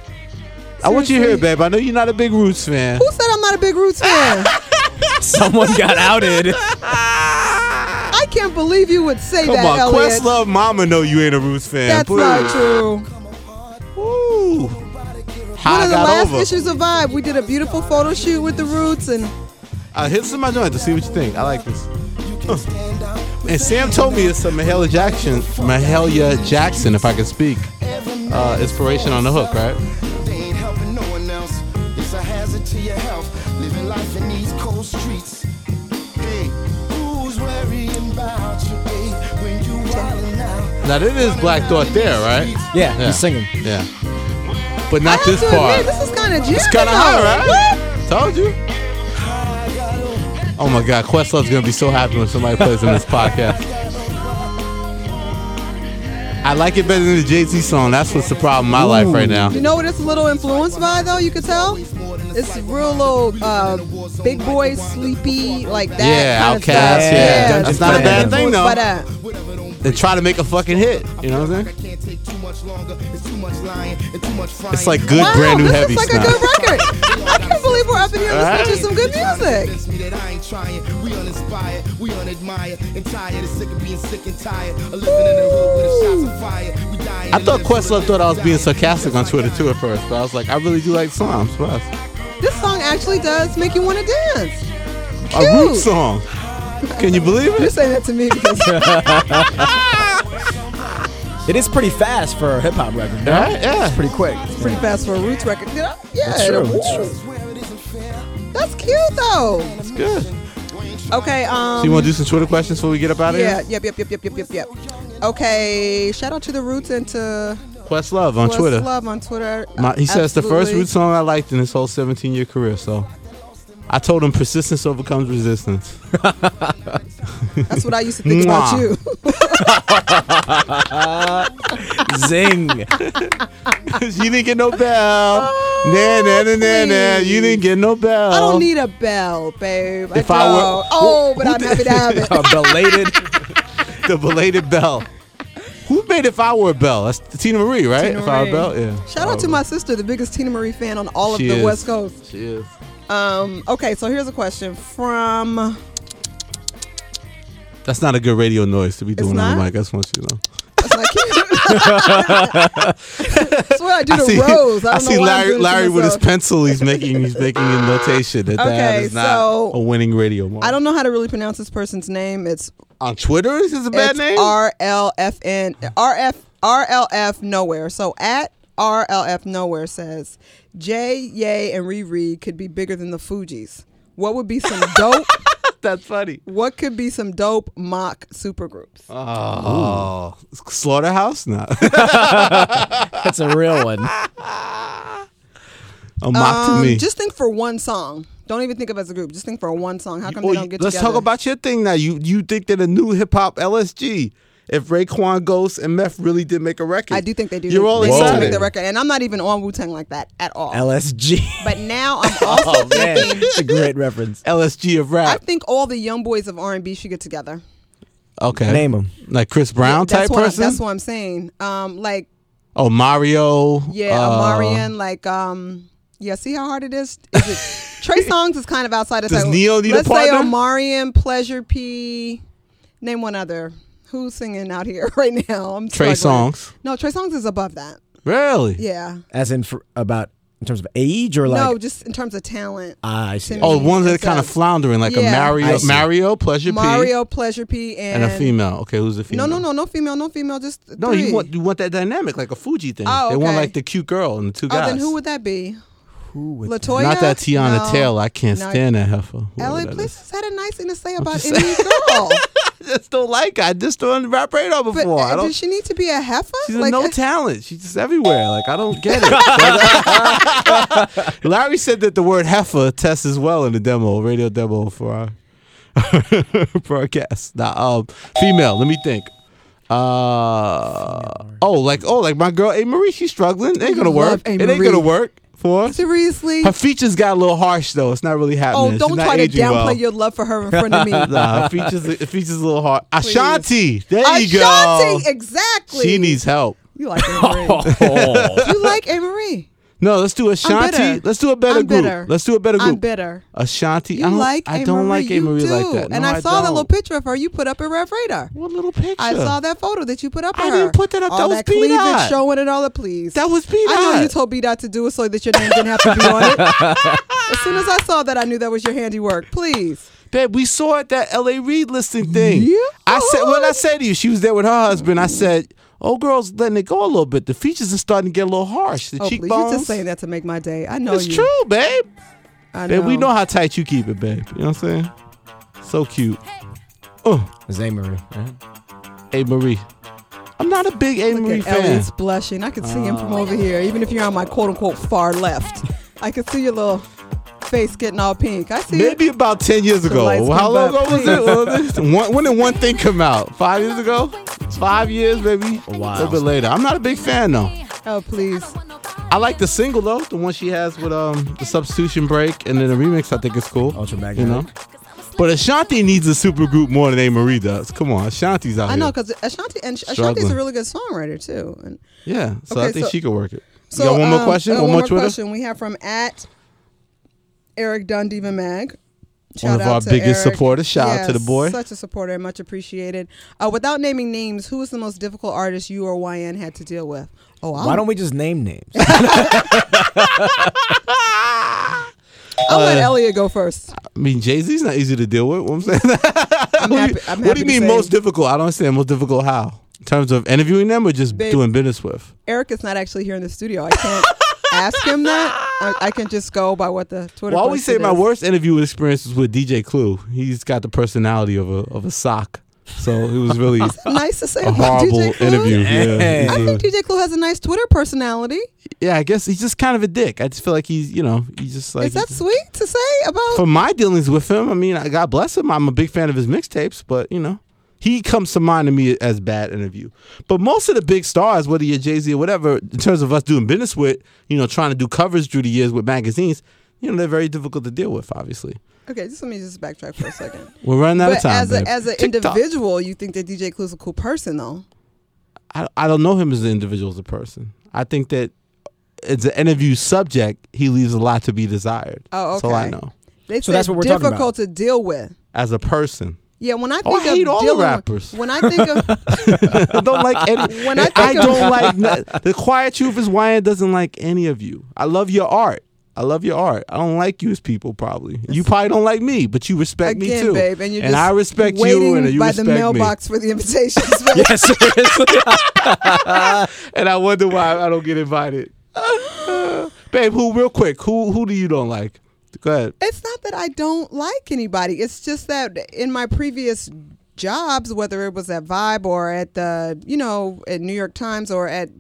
S1: I want you here,
S2: Seriously?
S1: babe. I know you're not a big Roots fan.
S2: Who said I'm not a big Roots fan?
S3: Someone got outed.
S2: I can't believe you would say
S1: Come
S2: Ah! that,
S1: on,
S2: Elliot.
S1: Questlove Mama know you ain't a Roots fan.
S2: That's
S1: Please.
S2: not true.
S1: Ooh. How
S2: One
S1: I
S2: of the
S1: got
S2: last
S1: over.
S2: issues of Vibe, we did a beautiful photo shoot with the Roots, and
S1: I Uh, hit this in my joint to see what you think. I like this. Huh. And Sam told me it's a Mahalia Jackson, Mahalia Jackson, if I can speak, uh, inspiration on the hook, right?
S4: They ain't helping no one else. It's a hazard to your health. Living life in these cold streets. Hey, who's worrying about you, babe? When you wildin' out.
S1: Now, it is Black Thought there, right?
S3: Yeah,
S1: Yeah.
S3: he's singing.
S1: Yeah. But
S2: I
S1: not
S2: have
S1: this
S2: to
S1: part.
S2: admit, this is kind of
S1: It's kind of high, right? Told you. Oh my God, Questlove's gonna be so happy when somebody plays in this podcast. I like it better than the Jay Z song. That's what's the problem in my life right now.
S2: You know what it's a little influenced by though? You could tell it's real little uh, big boy, sleepy like that.
S1: Yeah,
S2: kind of stuff.
S1: Outkast,
S3: yeah.
S2: yeah,
S3: That's
S2: just
S3: not a
S2: kinda
S3: bad
S2: influenced
S1: thing, though.
S2: By that.
S1: And try to make a fucking hit. You know what I'm saying?
S4: Can't take too much longer. It's too much lying and too much frying.
S1: It's like good
S2: Wow,
S1: brand new
S2: this
S1: heavy
S2: is like
S1: stuff.
S2: a good record. I can't believe we're up in here listening to some good music.
S4: Convince me that I ain't trying. We uninspired, we unadmired, and tired of sick of being sick and tired of living in a hood with a shots of fire. We dying.
S1: I thought Questlove thought I was being sarcastic on Twitter too at first, but I was like, I really do like song. I'm surprised.
S2: This song actually does make you want to dance.
S1: A root
S2: Cute.
S1: song. Can you believe
S2: You
S1: it?
S2: say that to me because
S3: It is pretty fast for a hip hop record. no?
S1: Right? Yeah.
S3: It's pretty quick.
S2: it's pretty fast for a roots record. Yeah,
S3: That's
S2: yeah.
S3: true. That's true.
S2: That's cute though.
S1: It's good. So
S2: Okay, um
S1: you want to do some Twitter questions before we get up out of
S2: Yeah,
S1: here?
S2: yep, yep, yep, yep, yep, yep, yep. Okay, shout out to the Roots and to
S1: Questlove on
S2: Wes
S1: Twitter.
S2: Love on Twitter.
S1: My, he says the first
S2: Absolutely.
S1: root song I liked in his whole 17 year career. So I told him persistence overcomes resistance.
S2: That's what I used to
S1: Mwah.
S2: think about you.
S3: Zing.
S1: you didn't get no bell. Nah, nah, nah, nah, nah. You didn't get no bell.
S2: Oh, I don't need a bell, babe.
S1: Uh-huh. If
S2: I
S1: I
S2: don't.
S1: were-
S2: oh, but I'm happy to have it.
S3: A belated.
S1: the belated bell. Who made If I Were a Bell? That's Tina Marie, right?
S2: Tina
S1: if I Were a
S2: Marie.
S1: Bell, yeah.
S2: Shout out to my sister, the biggest Tina Marie fan on all of
S1: She
S2: the
S1: is.
S2: West Coast.
S1: She is.
S2: Um, okay, so here's a question from.
S1: That's not a good radio noise to be doing on the
S2: not?
S1: mic. That's once you know.
S2: That's not cute. That's what I do
S1: I
S2: to
S1: see,
S2: Rose. I,
S1: I
S2: don't know
S1: see
S2: why I'm
S1: Larry,
S2: doing this to
S1: Larry with his
S2: myself.
S1: pencil. He's making he's making a notation that that
S2: Okay,
S1: is not
S2: so-
S1: a winning radio. Moment.
S2: I don't know how to really pronounce this person's name. It's
S1: on Twitter. Is this a bad
S2: it's
S1: name?
S2: R L F N R F R L F nowhere. So at R L F nowhere says Jay, Ye, and Riri could be bigger than the Fugees. What would be some dope?
S1: That's funny.
S2: what could be some dope mock supergroups?
S1: Oh, slaughterhouse? No,
S3: That's a real one.
S1: a mock to
S2: Um,
S1: me.
S2: Just think for one song. Don't even think of it as a group. Just think for one song. How come
S1: Well,
S2: they don't get
S1: let's
S2: together?
S1: talk about your thing now. You you think that a new hip hop LSG, if Raekwon Ghost and Meth really did make a record,
S2: I do think they do.
S1: You're all
S2: they do
S1: excited.
S2: make the record, and I'm not even on Wu Tang like that at all.
S3: LSG.
S2: but now I'm also
S3: Oh man,
S2: thinking.
S3: it's a great reference.
S1: LSG of
S2: I
S1: rap.
S2: think all the young boys of R&B should get together.
S1: okay,
S3: Name 'em.
S1: like Chris Brown type
S2: that's what
S1: person.
S2: I'm, that's what I'm saying. Um, like
S1: Oh Mario.
S2: yeah,
S1: uh,
S2: Amarian, like um, yeah. See how hard it is. Is it Trey Songs is kind of outside of.
S1: Does
S2: so
S1: Neo need a
S2: let's say
S1: partner?
S2: Omarion, Pleasure P. Name one other. Who's singing out here right now? I'm
S1: Trey
S2: struggling.
S1: Songs.
S2: No, Trey Songs is above that.
S1: Really?
S2: Yeah.
S3: As in for, about in terms of age or like.
S2: no, just in terms of talent.
S3: Ah, I see.
S2: to
S1: Oh,
S2: me,
S1: ones that are
S2: it's
S1: kind
S2: a-
S1: of floundering, like
S2: Yeah.
S1: a
S3: I
S1: Mario,
S3: see.
S1: Mario, Pleasure P,
S2: Mario, Pleasure P, and,
S1: and a female. Okay, who's the female?
S2: No, no, no, no female, no female. Just
S1: No,
S2: three.
S1: you want you want that dynamic, like a Fuji thing.
S2: Oh,
S1: They want
S2: okay.
S1: like the cute girl and the two
S2: Oh,
S1: guys.
S2: then who would that be?
S3: Who would-
S2: Latoya.
S1: Not that Tiana
S2: no.
S1: Taylor. I can't
S2: No.
S1: stand that heifer. whoever
S2: LA
S1: that
S2: Place
S1: is.
S2: has had a nice thing to say about
S1: just
S2: any girl.
S1: I just don't like her. I just don't rap radar
S2: But
S1: before. I
S2: uh,
S1: don't.
S2: does she need to be a heifer?
S1: She's
S2: Like,
S1: a no
S2: uh,
S1: talent. She's just everywhere. Like I don't get it. uh, Larry said that the word heifer tests as well in the demo, radio demo for our broadcast. Nah, um, female. Let me think. Uh oh, like oh, like my girl A Marie. She's struggling. It ain't gonna
S2: Love
S1: work.
S2: A.
S1: It ain't
S2: Marie.
S1: gonna work for us.
S2: seriously.
S1: Her features got a little harsh though. It's not really happening.
S2: Oh,
S1: She's
S2: don't
S1: not
S2: try to
S1: aging
S2: downplay
S1: well.
S2: your love for her in front of me.
S1: Nah, her features, her features a little hard. Ashanti, there you go.
S2: Ashanti, eh, exactly.
S1: She needs help.
S2: You like Anne-Marie.
S3: Oh.
S2: you like Anne-Marie.
S1: No, let's do
S2: bitter.
S1: Ashanti. Let's do a better
S2: I'm
S1: group.
S2: bitter.
S1: Let's do a better
S2: I'm
S1: group.
S2: bitter.
S1: Ashanti.
S2: You
S1: I don't
S2: like
S1: I
S2: Anne-Marie.
S1: don't like A Marie
S2: you
S1: like
S2: do.
S1: that.
S2: and
S1: No,
S2: I, saw
S1: don't.
S2: that little picture of her you put up at Rev Radar.
S1: What little picture?
S2: I saw that photo that you put up.
S1: I
S2: of
S1: didn't
S2: her.
S1: put that up. That
S2: All
S1: was
S2: cleavage
S1: P-Dot.
S2: showing it all up, please.
S1: That was P-Dot.
S2: I know you told B dot to do it so that your name didn't have to be on it. as soon as I saw that, I knew that was your handiwork. Please.
S1: Babe, we saw it that L.A. Reid listing thing.
S2: Yeah.
S1: I said, what I said to you, she was there with her husband. I said, oh, girl's letting it go a little bit. The features are starting to get a little harsh. The
S2: Oh, please.
S1: cheekbones.
S2: You're just saying that to make my day. I know
S1: it's
S2: you.
S1: true, babe.
S2: I know.
S1: Babe, we know how tight you keep it, babe. You know what I'm saying? So cute. Oh,
S3: Zay Marie. huh?
S1: A Marie. I'm not a big A Marie Oh.
S2: Look at
S1: fan.
S2: Elliot's blushing. I can see him from over here, even if you're on my quote unquote far left. I can see your little. face getting all pink. I see.
S1: Maybe about ten years ago.
S2: lights
S1: How
S2: come
S1: long ago
S2: back,
S1: was it? Was it- one, when did one thing come out? Five years ago? Five years, maybe.
S3: Wow.
S1: A little bit later. I'm not a big fan though.
S2: Oh please.
S1: I like the single though, the one she has with um the substitution break, and then the remix. I think is cool.
S3: Ultra
S1: You
S3: Magnetic.
S1: know. But Ashanti needs a super group more than A. Marie does. Come on, Ashanti's out
S2: I
S1: here.
S2: know because Ashanti and Ashanti's
S1: Struggling.
S2: a really good songwriter too. And
S1: Yeah, so
S2: Okay,
S1: I think
S2: so-
S1: she could work it. You got one more
S2: um,
S1: question?
S2: uh,
S1: one, more Twitter?
S2: question we have from at Eric Dundiva Mag.
S1: One of our biggest supporters. Shout out to the boy.
S2: Such a supporter and much appreciated. Uh, without naming names, who was the most difficult artist you or YN had to deal with? Oh, I'll,
S3: Why don't we just name names?
S2: I'll
S1: uh,
S2: let Elliot go first.
S1: I mean, Jay Z's not easy to deal with. What I'm saying.
S2: I'm happy, I'm
S1: what do
S2: happy
S1: you
S2: to
S1: mean
S2: say
S1: most difficult? I don't understand. Most difficult how? In terms of interviewing them or just
S2: Babe.
S1: doing business with?
S2: Eric is not actually here in the studio. I can't ask him that. I, I can just go by what the Twitter.
S1: Well, I always say
S2: person
S1: my
S2: is.
S1: worst interview experience was with DJ Clue. He's got the personality of a of a sock, so it was really a
S2: Nice to say about
S1: horrible
S2: DJ Clue.
S1: interview. Yeah,
S3: Hey.
S2: I think DJ Clue has a nice Twitter personality.
S1: yeah, I guess he's just kind of a dick. I just feel like he's, you know, he's just like
S2: Is that sweet to say about?
S1: for my dealings with him, I mean, I- God bless him. I'm a big fan of his mixtapes, but you know, he comes to mind to me as bad interview. But most of the big stars, whether you're Jay Z or whatever, in terms of us doing business with, you know, trying to do covers through the years with magazines, you know, they're very difficult to deal with. Obviously,
S2: okay, just let me just backtrack for a second.
S1: we're running out
S2: but
S1: of time.
S2: as a,
S1: babe.
S2: as an
S1: TikTok.
S2: individual, you think that DJ Clue's a cool person, though.
S1: I, I don't know him as an individual, as a person. I think that as an interview subject, he leaves a lot to be desired.
S2: Oh,
S1: That's all I
S2: okay.
S1: know.
S2: They said
S3: So that's what we're talking
S2: difficult
S3: about.
S2: to deal with.
S1: As a person,
S2: Yeah, when I think
S1: Oh, I
S2: of
S1: hate all the
S2: dealing with-
S1: rappers.
S2: when I think of
S1: I don't like any.
S2: When
S1: I,
S2: I think of-
S1: don't like no- the quiet truth is Wyan doesn't like any of you. I love your art. I love your art. I don't like you as people. Probably you probably don't like me, but you respect me
S2: again,
S1: too,
S2: babe, and you're
S1: and
S2: just
S1: I respect
S2: waiting
S1: you, and you
S2: by the
S1: respect
S2: mailbox for the invitations. babe.
S3: yeah, seriously.
S1: me. And I wonder why I don't get invited. babe, who real quick? Who who do you don't like? Go ahead.
S2: It's not that I don't like anybody. It's just that in my previous jobs, whether it was at Vibe or at the, you know, at New York Times or at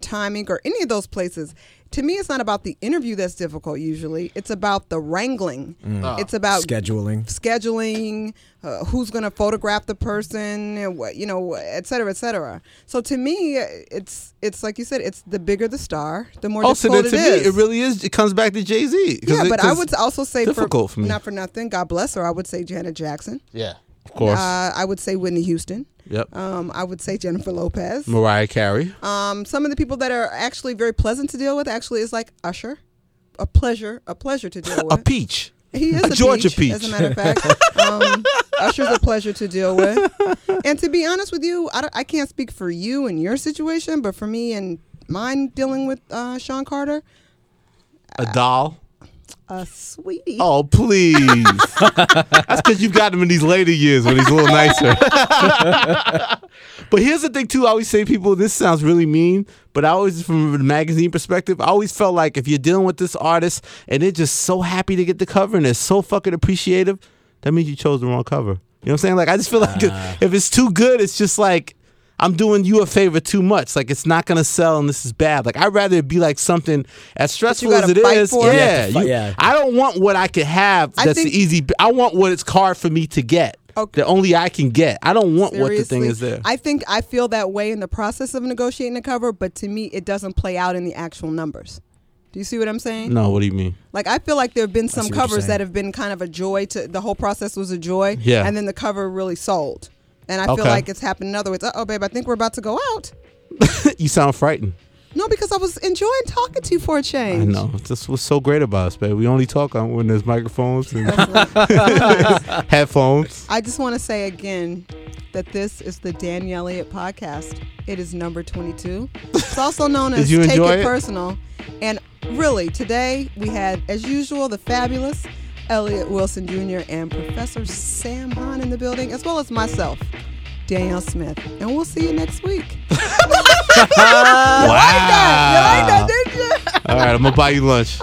S2: Time Inc. or any of those places, to me, it's not about the interview that's difficult usually. It's about the wrangling.
S1: Mm.
S2: It's about
S3: Scheduling.
S2: scheduling, uh, who's going to photograph the person, and what you know, et cetera, et cetera. So to me, it's it's like you said, it's the bigger the star, the more
S1: Oh, so then
S2: difficult
S1: to
S2: it
S1: me,
S2: is.
S1: it really is. It comes back to Jay Z.
S2: Yeah, but I would also say
S1: difficult
S2: for,
S1: for me.
S2: not for nothing. God bless her. I would say Janet Jackson.
S1: Yeah, of course.
S2: Uh, I would say Whitney Houston.
S1: yep.
S2: Um, I would say Jennifer Lopez.
S1: Mariah Carey.
S2: Um, some of the people that are actually very pleasant to deal with actually is like Usher. A pleasure, a pleasure to deal
S1: a
S2: with.
S1: peach.
S2: He is
S1: a
S2: a,
S1: Georgia
S2: peach, as
S1: peach.
S2: a matter of fact. um, Usher's a pleasure to deal with. And to be honest with you, I, don't- I can't speak for you and your situation, but for me and mine dealing with uh, Sean Carter, uh,
S1: A doll.
S2: a sweetie.
S1: Oh, please. That's because you've got him in these later years when he's a little nicer. but here's the thing, too. I always say, people, this sounds really mean, but I always, from the magazine perspective, I always felt like if you're dealing with this artist and they're just so happy to get the cover and they're so fucking appreciative, that means you chose the wrong cover. You know what I'm saying? Like, I just feel like if it's too good, it's just like. I'm doing you a favor too much. Like it's not gonna sell, and this is bad. Like I'd rather it be like something as stressful as
S2: gotta
S1: it
S2: fight
S1: is.
S2: for it. You
S1: Yeah,
S3: have to fight,
S1: you-
S3: yeah.
S1: I don't want what I could have.
S2: I
S1: That's
S2: think-
S1: the easy. I want what it's hard for me to get.
S2: Okay.
S1: That only I can get. I don't want what the thing
S2: Seriously,
S1: is there.
S2: I think I feel that way in the process of negotiating a cover, but to me, it doesn't play out in the actual numbers. Do you see what I'm saying?
S1: no, what do you mean?
S2: Like I feel like there have been some
S3: see what you're
S2: covers
S3: saying.
S2: that have been kind of a joy to the whole process was a joy,
S1: Yeah.
S2: and then the cover really sold. And I
S1: Okay.
S2: feel like it's happened in other ways. Uh oh, babe, I think we're about to go out.
S1: you sound frightened.
S2: No, because I was enjoying talking to you for a change.
S1: I know. This was so great about us, babe. We only talk on when there's microphones and headphones.
S2: I just want to say again that this is the Danny Elliott podcast. It is number 22. It's also known
S1: Did
S2: as
S1: you
S2: Take
S1: enjoy
S2: It,
S1: it?
S2: Personal. And really, today we had, as usual, the fabulous Elliot Wilson Jr. and Professor Sam Hahn in the building, as well as myself, Danielle Smith. And we'll see you next week. you Uh, like that? You like that, didn't you?
S1: Ah. All right, I'm gonna buy you lunch.